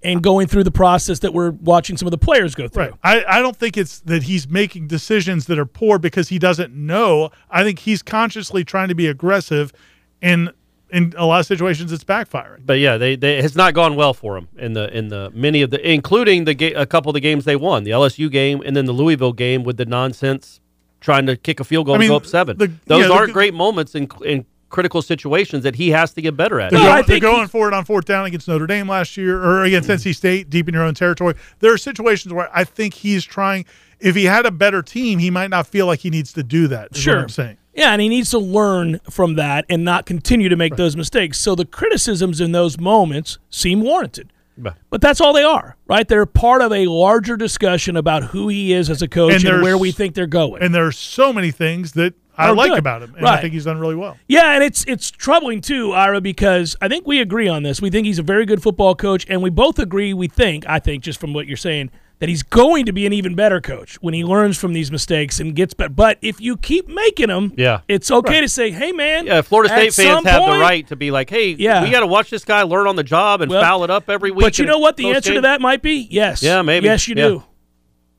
and going through the process that we're watching some of the players go through.
Right. I, I don't think it's that he's making decisions that are poor because he doesn't know. I think he's consciously trying to be aggressive, and in a lot of situations, it's backfiring.
but yeah, they, they it has not gone well for him in the in the many of the including the ga- a couple of the games they won, the LSU game and then the Louisville game with the nonsense trying to kick a field goal
I
and
mean,
go up seven.
the-
Those
yeah, the-
aren't great moments in in critical situations that he has to get better at.
They're,
No,
going,
I think Mm-hmm.
they're going for it on fourth down against Notre Dame last year or against NC State deep in your own territory. There are situations where I think he's trying. If he had a better team, he might not feel like he needs to do that. is what
Sure.
I'm saying.
Yeah, and he needs to learn from that and not continue to make those mistakes. So the criticisms in those moments seem warranted.
But-
But that's all they are, right? They're part of a larger discussion about who he is as a coach
And
and,
there's-
where we think they're going.
And there are so many things that I
Are
like
Oh, good.
about him, and
Right.
I think he's done really well.
Yeah, and it's it's troubling too, Ira, because I think we agree on this. We think he's a very good football coach, and we both agree. We think, I think, just from what you're saying, that he's going to be an even better coach when he learns from these mistakes and gets better. But if you keep making them,
Yeah.
it's okay to say, "Hey, man,
yeah, Florida
at
State fans
some
have the
point-
right to be like, "Hey,
Yeah.
we got to watch this guy learn on the job and
Well,
foul it up every week."
But you
in
know what? The
close
answer to
game."
that might be yes.
Yeah, maybe.
Yes, you
Yeah.
do.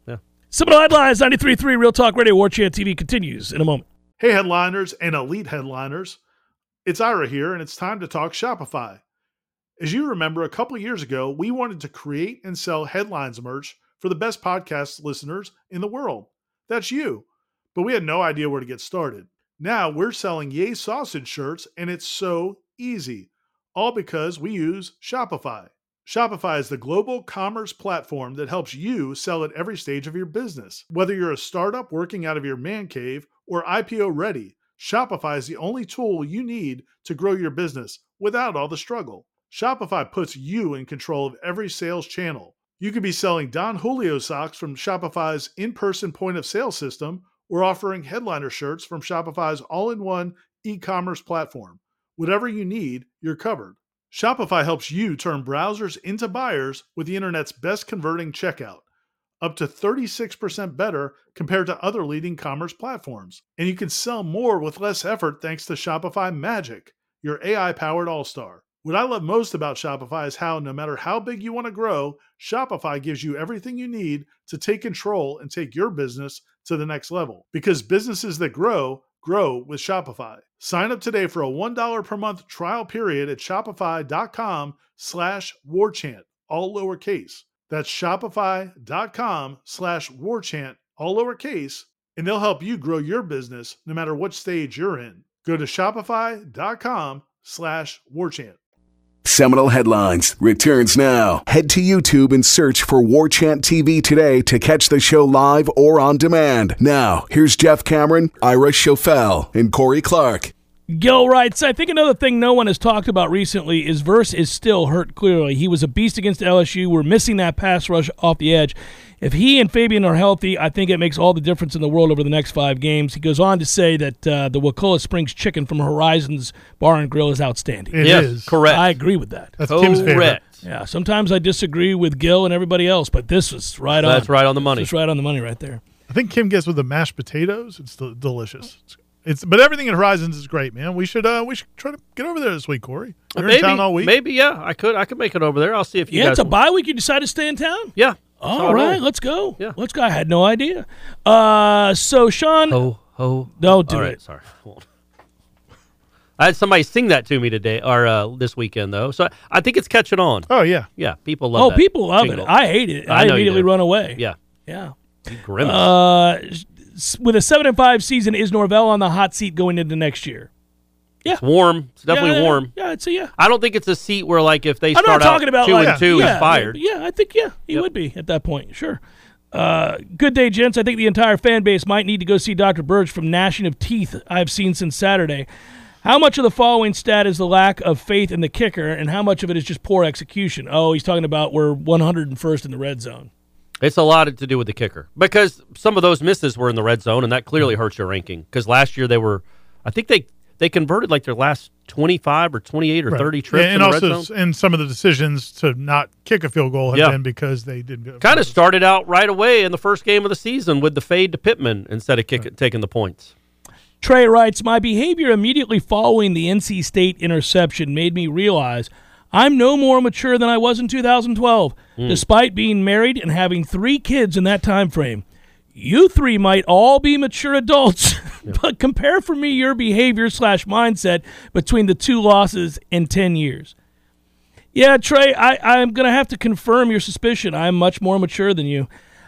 Yeah.
Some of the headlines: 93.3 Real Talk Radio, War Chant TV continues in a moment.
Hey, headliners and elite headliners. It's Ira here, and it's time to talk Shopify. As you remember, a couple years ago, we wanted to create and sell headlines merch for the best podcast listeners in the world. That's you. But we had no idea where to get started. Now we're selling Yay Sausage shirts, and it's so easy, all because we use Shopify. Shopify is the global commerce platform that helps you sell at every stage of your business. Whether you're a startup working out of your man cave or IPO ready, Shopify is the only tool you need to grow your business without all the struggle. Shopify puts you in control of every sales channel. You could be selling Don Julio socks from Shopify's in person point of sale system or offering headliner shirts from Shopify's all in one e commerce platform. Whatever you need, you're covered. Shopify helps you turn browsers into buyers with the internet's best converting checkout, up to 36% better compared to other leading commerce platforms. And you can sell more with less effort thanks to Shopify Magic, your AI powered all star. What I love most about Shopify is how, no matter how big you want to grow, Shopify gives you everything you need to take control and take your business to the next level. Because businesses that grow, grow with Shopify. Sign up today for a $1 per month trial period at shopify.com slash warchant, all lowercase. That's shopify.com slash warchant, all lowercase, and they'll help you grow your business no matter what stage you're in. Go to shopify.com slash warchant.
Seminole Headlines returns now. Head to YouTube and search for War Chant TV today to catch the show live or on demand. Now, here's Jeff Cameron, Ira Schofel, and Corey Clark.
Gil writes, I think another thing no one has talked about recently is Verse is still hurt clearly. He was a beast against LSU. We're missing that pass rush off the edge. If he and Fabian are healthy, I think it makes all the difference in the world over the next five games. He goes on to say that uh, the Wakulla Springs chicken from Horizons Bar and Grill is outstanding.
It is
yes, correct.
I agree with that.
That's Kim's favorite.
correct.
Yeah, sometimes I disagree with Gil and everybody else, but this was right on.
That's right on the money.
Just right on the money right there.
I think Kim gets with the mashed potatoes. It's del- delicious. It's, it's but everything at Horizons is great, man. We should uh we should try to get over there this week, Corey. You're
maybe,
in town all week.
Maybe, yeah. I could. I could make it over there. I'll see if you
yeah,
guys.
it's a
want-
bye week. You decide to stay in town?
Yeah. That's how I
All
roll.
right, let's go.
Yeah.
Let's go. I had no idea. Uh, so Sean,
Ho ho.
Don't do
Oh, All
it.
right, sorry. <laughs> Hold on. I had somebody sing that to me today or uh, this weekend though, so I think it's catching on.
Oh yeah.
Yeah, people love.
oh,
that
people love
jingle.
it. I hate it.
I
I,
know you
immediately
do.
run away.
yeah,
yeah.
you grimace.
Uh, s- with a seven and five season, is Norvell on the hot seat going into next year?
it's warm. It's definitely
Yeah, yeah,
warm.
Yeah, it's a yeah.
I don't think it's a seat where like if they
I'm
start
not talking
out
about
two
like,
and two,
yeah,
he's fired.
Yeah, I think yeah, he would be at that point. Sure. Uh, good day, gents. I think the entire fan base might need to go see Dr. Burge from gnashing of teeth I've seen since Saturday. How much of the following stat is the lack of faith in the kicker, and how much of it is just poor execution? Oh, he's talking about we're 101st in the red zone.
It's a lot to do with the kicker because some of those misses were in the red zone, and that clearly hurts your ranking. Because last year they were, I think they they converted like their last twenty five or twenty eight or
Right.
thirty trips
and,
in
and
the
also
red
s-
zone.
and some of the decisions to not kick a field goal have
Yeah.
been because they didn't
Kind of started out right away in the first game of the season with the fade to Pittman instead of kick, taking the points.
Trey writes, My behavior immediately following the NC State interception made me realize I'm no more mature than I was in 2012,
Hmm.
despite being married and having three kids in that time frame. You three might all be mature adults, <laughs> but compare for me your behavior slash mindset between the two losses in 10 years. Yeah, Trey, I, I'm going to have to confirm your suspicion. I'm much more mature than you.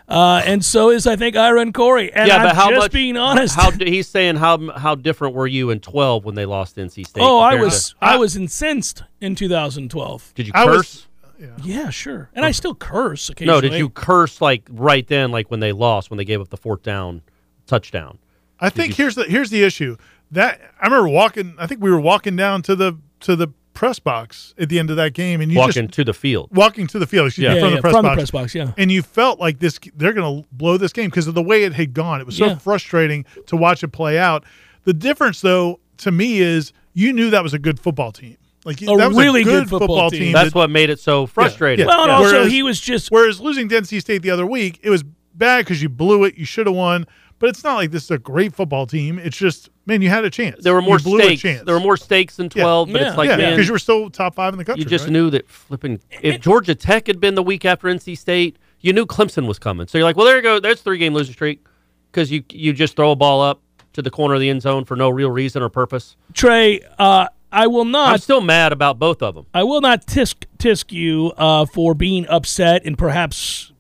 Uh, and so is, I think, Ira and Corey. And
yeah,
I'm
but how
just
much?
being honest.
How he's saying how how different were you in twelve when they lost to NC State?
Oh, I
compared
was
to-
I was incensed in 2012.
did you
I
curse?
was-
Yeah, sure, and I still curse occasionally.
no, did you curse like right then, like when they lost, when they gave up the fourth down touchdown?
I think here's the here's the issue. That I remember walking I think we were walking down to the to the press box at the end of that game and you
walking
just
to the field.
walking to the field excuse
Yeah.
me,
Yeah,
from,
yeah,
the press
from the
box,
press box, yeah.
and you felt like this they're going to blow this game because of the way it had gone it was so
Yeah.
frustrating to watch it play out the difference though to me is you knew that was a good football team like
A
that was
really
a
good
good,
football team.
That's what made it so frustrating.
yeah.
Well, and also
Whereas-
he was just
Whereas losing to NC State the other week, it was bad because you blew it. You should have won. But it's not like this is a great football team. It's just, man, you had a chance.
There were more
you blew
stakes.
A chance.
There were more stakes in twelve, but
Yeah.
it's like
yeah,
man,
because you were still top five in the country.
you just
right?
knew that flipping. If Georgia Tech had been the week after NC State, you knew Clemson was coming. So you're like, well, there you go. There's three game losing streak because you you just throw a ball up to the corner of the end zone for no real reason or purpose.
Trey. Uh, I will
I'm
not.
still mad about both of them.
I will not tisk tisk you uh, for being upset and perhaps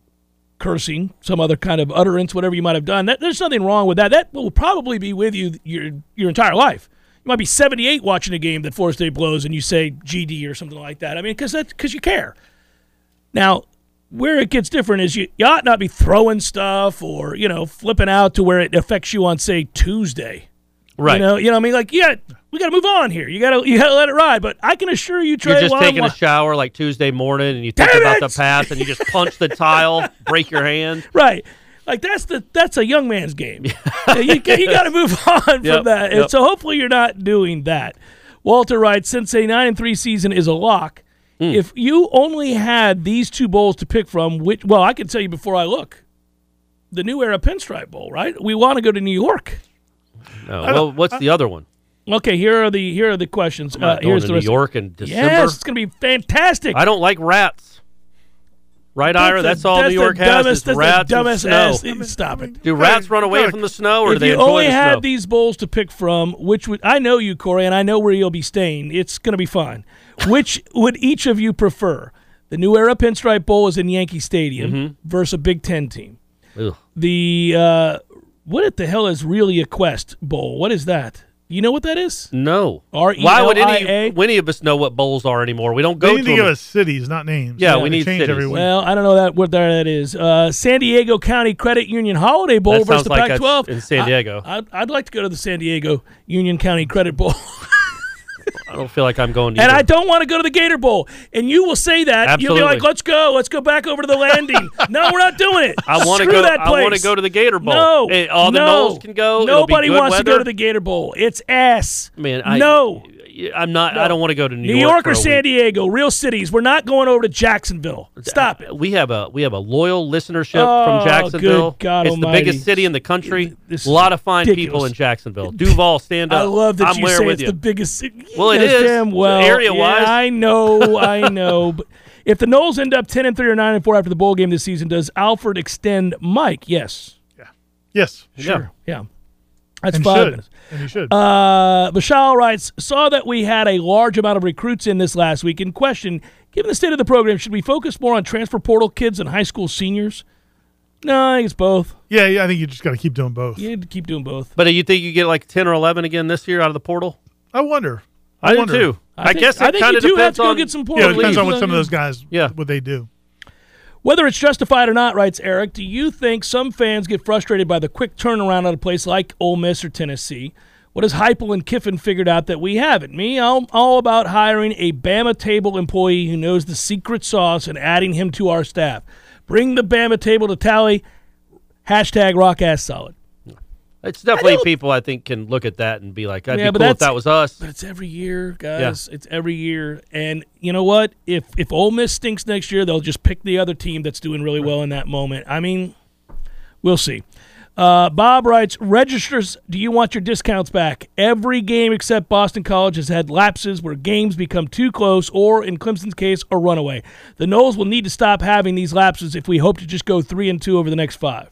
cursing some other kind of utterance, whatever you might have done. That, there's nothing wrong with that. That will probably be with you your your entire life. You might be 78 watching a game that Forest State blows, and you say GD or something like that. I mean, because that's because you care. Now, where it gets different is you, you ought not be throwing stuff or you know flipping out to where it affects you on say Tuesday.
Right.
You know, you know what I mean? Like, yeah, we got to move on here. You got to you got to let it ride. But I can assure you, Trey,
You're just
while I'm
taking
wa-
a shower like Tuesday morning, and you think
Damn
about
it!
the pass, and you just punch the tile, break your
<laughs>
hand.
right. Like that's the that's a young man's game. Yeah, <laughs> you you got to move on
Yep,
from that. And
yep.
So hopefully you're not doing that. Walter writes, since a nine and three season is a lock,
Hmm.
if you only had these two bowls to pick from, which well I can tell you before I look, the new era pinstripe bowl. Right, we want to go to New York.
No. Well, what's the other one?
Okay, here are the here are the questions.
Not
Uh,
going
here's
to
the
New
rest.
York in December.
Yes, it's gonna be fantastic.
I don't like rats. Right,
That's
Ira?
the-
That's all New
the
York has
dumbest-
is
that's the
rats
dumbest
and
ass-
snow.
Stop it.
Do rats run away from the snow, or do
if
they
you
enjoy
only
the
had
snow?
these bowls to pick from, which would I know you, Corey, and I know where you'll be staying. It's going to be fine. Which would each of you prefer? The New Era Pinstripe Bowl is in Yankee Stadium
Mm-hmm.
versus a Big Ten team.
Ugh.
The uh, what the hell is really a Quest Bowl? What is that? You know what that is?
No.
R-E-L-I-A?
Why would any, any of us know what bowls are anymore? We don't go
They need
to
to give
them.
us cities, not names.
Yeah,
They
we need
change
cities.
every week.
Well, I don't know that what that is. Uh, San Diego County Credit Union Holiday Bowl
That
versus
sounds
the
like that's
Pac-12
in San
I-
Diego.
I, would I'd like to go to the San Diego Union County
<laughs>
Credit Bowl,
I don't feel like I'm going to.
and I don't want to go to the Gator Bowl. And you will say that
Absolutely.
you'll be like, "Let's go, let's go back over to the
<laughs>
landing." no, we're not doing it.
I want to
Screw
go.
That
I want to
place.
go to the Gator Bowl.
No,
Hey, all the
no.
Knowles can go. It'll be
Nobody
good
wants to go
weather.
to the Gator Bowl. It's ass.
Man, I,
no.
I'm not. I don't want to go to New,
New York
for
or
a
San
week.
Diego, real cities. We're not going over to Jacksonville. Stop it.
We have a we have a loyal listenership
Oh,
from
good
Jacksonville.
God
it's
almighty.
the biggest city in the country.
This
a lot of fine people
ridiculous.
in Jacksonville. Duval, stand up.
I love that
uh, I'm
you
there
say
with
it's
you.
the biggest. ci-
Well,
you
it
know
is,
damn well.
area-wise.
Yeah, I
<laughs>
know, I know. But if the Knowles end up ten and three or nine and four after the bowl game this season, does Alfred extend Mike? Yes,
yes,
yeah.
yeah. That's
and
five
should,
minutes.
and you should.
Uh, Vishal writes, saw that we had a large amount of recruits in this last week. In question, given the state of the program, should we focus more on transfer portal kids and high school seniors? No, I think it's both.
yeah, yeah, I think you just got to keep doing both.
You need to keep doing both.
But do you think you get like ten or eleven again this year out of the portal?
I wonder.
I, do
wonder.
too. I,
think-
guess
I
it
think
kind
you
of
do
depends
have to go
on
get some
Yeah,
portal
it depends
leagues.
on what some of those guys,
Yeah.
what they do.
Whether it's justified or not, writes Eric, do you think some fans get frustrated by the quick turnaround at a place like Ole Miss or Tennessee? What has Heupel and Kiffin figured out that we haven't? Me, I'm all about hiring a Bama table employee who knows the secret sauce and adding him to our staff. Bring the Bama table to tally. Hashtag rock ass solid.
It's definitely
don't-
people I think can look at that and be like, I'd
Yeah,
be
but
cool if
that's-
that was us.
But it's every year, guys. It's every year, and you know what? If if Ole Miss stinks next year, they'll just pick the other team that's doing really well in that moment. I mean, we'll see. Uh, Bob writes, registers, do you want your discounts back? Every game except Boston College has had lapses where games become too close or, in Clemson's case, a runaway. The Knowles will need to stop having these lapses if we hope to just go three and two over the next five.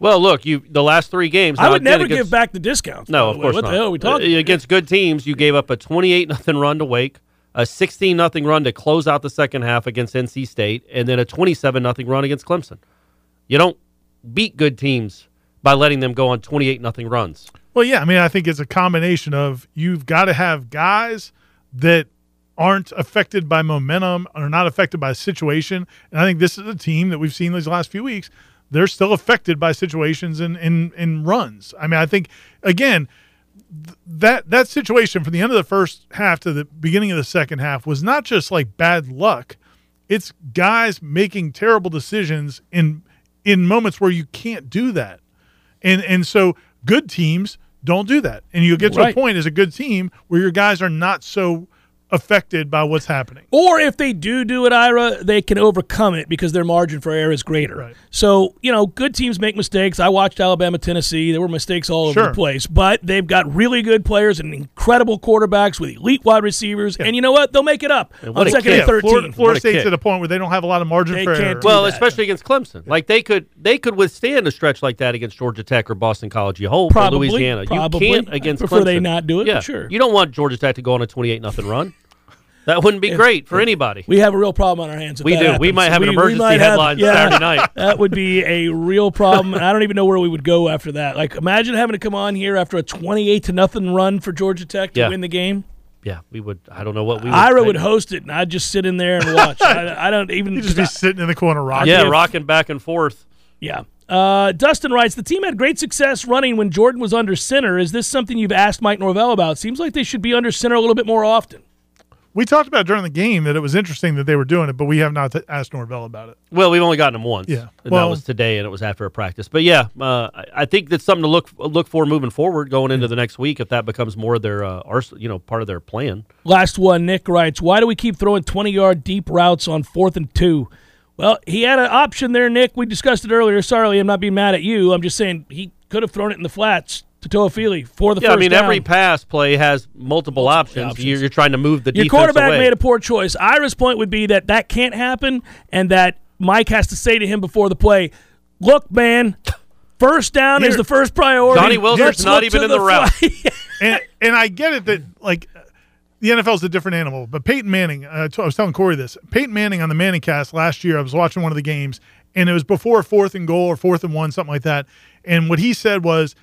Well, look, you the last three games.
I
now
would
again
never
against-
give back the discounts. by
No,
the
of
way.
course
What
not.
the hell are we talking
Uh, against good teams? You gave up a twenty-eight nothing run to Wake, a sixteen nothing run to close out the second half against NC State, and then a twenty-seven nothing run against Clemson. You don't beat good teams by letting them go on twenty-eight nothing runs.
Well, yeah, I mean, I think it's a combination of you've got to have guys that aren't affected by momentum are not affected by situation. And I think this is a team that we've seen these last few weeks. They're still affected by situations and and, and runs. I mean, I think again th- that that situation from the end of the first half to the beginning of the second half was not just like bad luck. It's guys making terrible decisions in in moments where you can't do that. And and so good teams don't do that. And you get to
Right.
a point as a good team where your guys are not so affected by what's happening.
Or if they do do it, Ira, they can overcome it because their margin for error is greater. So, you know, good teams make mistakes. I watched Alabama, Tennessee. There were mistakes all over
Sure.
the place, but they've got really good players and incredible quarterbacks with elite wide receivers. And you know what? They'll make it up
what
on
a
second
kick.
and 13.
Florida, Florida
What a
State's
kick.
at a point where they don't have a lot of margin
They
for
can't
error.
do
Well,
that.
especially against Clemson, like they could they could withstand a stretch like that against Georgia Tech or Boston College. You hope
Probably,
or Louisiana.
probably.
You can't against
I prefer
Clemson.
they not do it, but
Yeah.
sure.
You don't want Georgia Tech to go on a twenty-eight nothing run. That wouldn't be great for anybody.
We have a real problem on our hands. If
We
that
do. We
happens.
might have an emergency
might
headline Saturday night.
<laughs> That would be a real problem. and I don't even know where we would go after that. Like, imagine having to come on here after a twenty-eight to nothing run for Georgia Tech to
Yeah.
win the game.
Yeah, we would. I don't know what we. Would
Ira
think.
would host it, and I'd just sit in there and
<laughs>
watch. I, I don't even.
You'd just be sitting in the corner rocking.
Yeah, rocking back and forth.
yeah. Uh, Dustin writes the team had great success running when Jordan was under center. Is this something you've asked Mike Norvell about? Seems like they should be under center a little bit more often.
We talked about during the game that it was interesting that they were doing it, but we have not t- asked Norvell about it.
Well, we've only gotten him once.
Yeah.
and
Well-
that was today, and it was after a practice. But yeah, uh, I- I think that's something to look look for moving forward, going into the next week, if that becomes more of their uh, ars- you know, part of their plan.
Last one, Nick writes, Why do we keep throwing 20 yard deep routes on fourth and two? Well, he had an option there, Nick. We discussed it earlier. Sorry, I'm not being mad at you. I'm just saying he could have thrown it in the flats to Toa Feely for the
Yeah,
first
I mean,
down.
every pass play has multiple, options.
options.
You're, you're trying to move the
Your
defense
quarterback
away.
made a poor choice. Ira's point would be that that can't happen and that Mike has to say to him before the play, Look, man, first down is
Here-
the first priority.
Johnny Wilson's
Let's
not
look
even
to
in the route."
fly." <laughs>
And and I get it that like the NFL's a different animal, but Peyton Manning. Uh, t- I was telling Corey this. Peyton Manning on the Manning Cast last year. I was watching one of the games, and it was before a fourth and goal or fourth and one, something like that. And what he said was,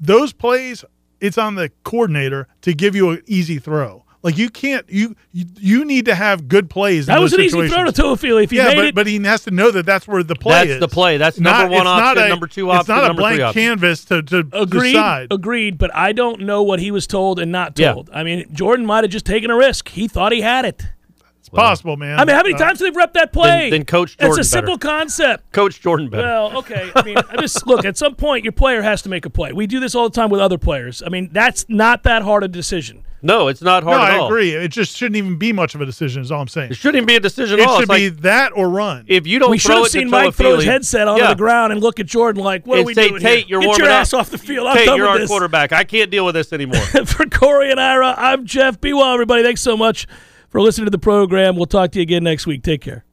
those plays it's on the coordinator to give you an easy throw. Like you can't you you, you need to have good plays. in
That was
those
an easy throw
situations.
to Toofili. If he
yeah,
made
but,
it,
but he has to know that that's where the play
That's
is.
the play. That's number one
it's not
option,
a-
number two
it's
option,
not a
number three
blank
option.
canvas to, to
agreed,
decide.
agreed. But I don't know what he was told and not
Yeah.
told. I mean, Jordan might have just taken a risk. He thought he had it.
It's possible, man. Uh,
I mean, how many times did they rep that play?
then coach Jordan
It's a simple concept.
Coach Jordan better.
Well, okay. I mean, I just look at some point your player has to make a play. We do this all the time with other players. I mean, that's not that hard a decision.
no, it's not
No,
hard at
I
all.
agree. It just shouldn't even be much of a decision. Is all I'm saying.
It shouldn't even be a decision at
It
all.
should
It's like,
be that or run.
if you don't
we should
throw
have
it to
seen Mike throw his
Toa Philly-
headset onto
Yeah.
the ground and look at Jordan like, "What
and
are we
say,
doing
Tate,
here?
you're
Get
warming
your
up.
ass off the field. I'm
Tate,
done
you're
with
our
this."
quarterback. I can't deal with this anymore.
<laughs> for Corey and Ira, I'm Jeff. Be well, everybody. Thanks so much for listening to the program. We'll talk to you again next week. Take care.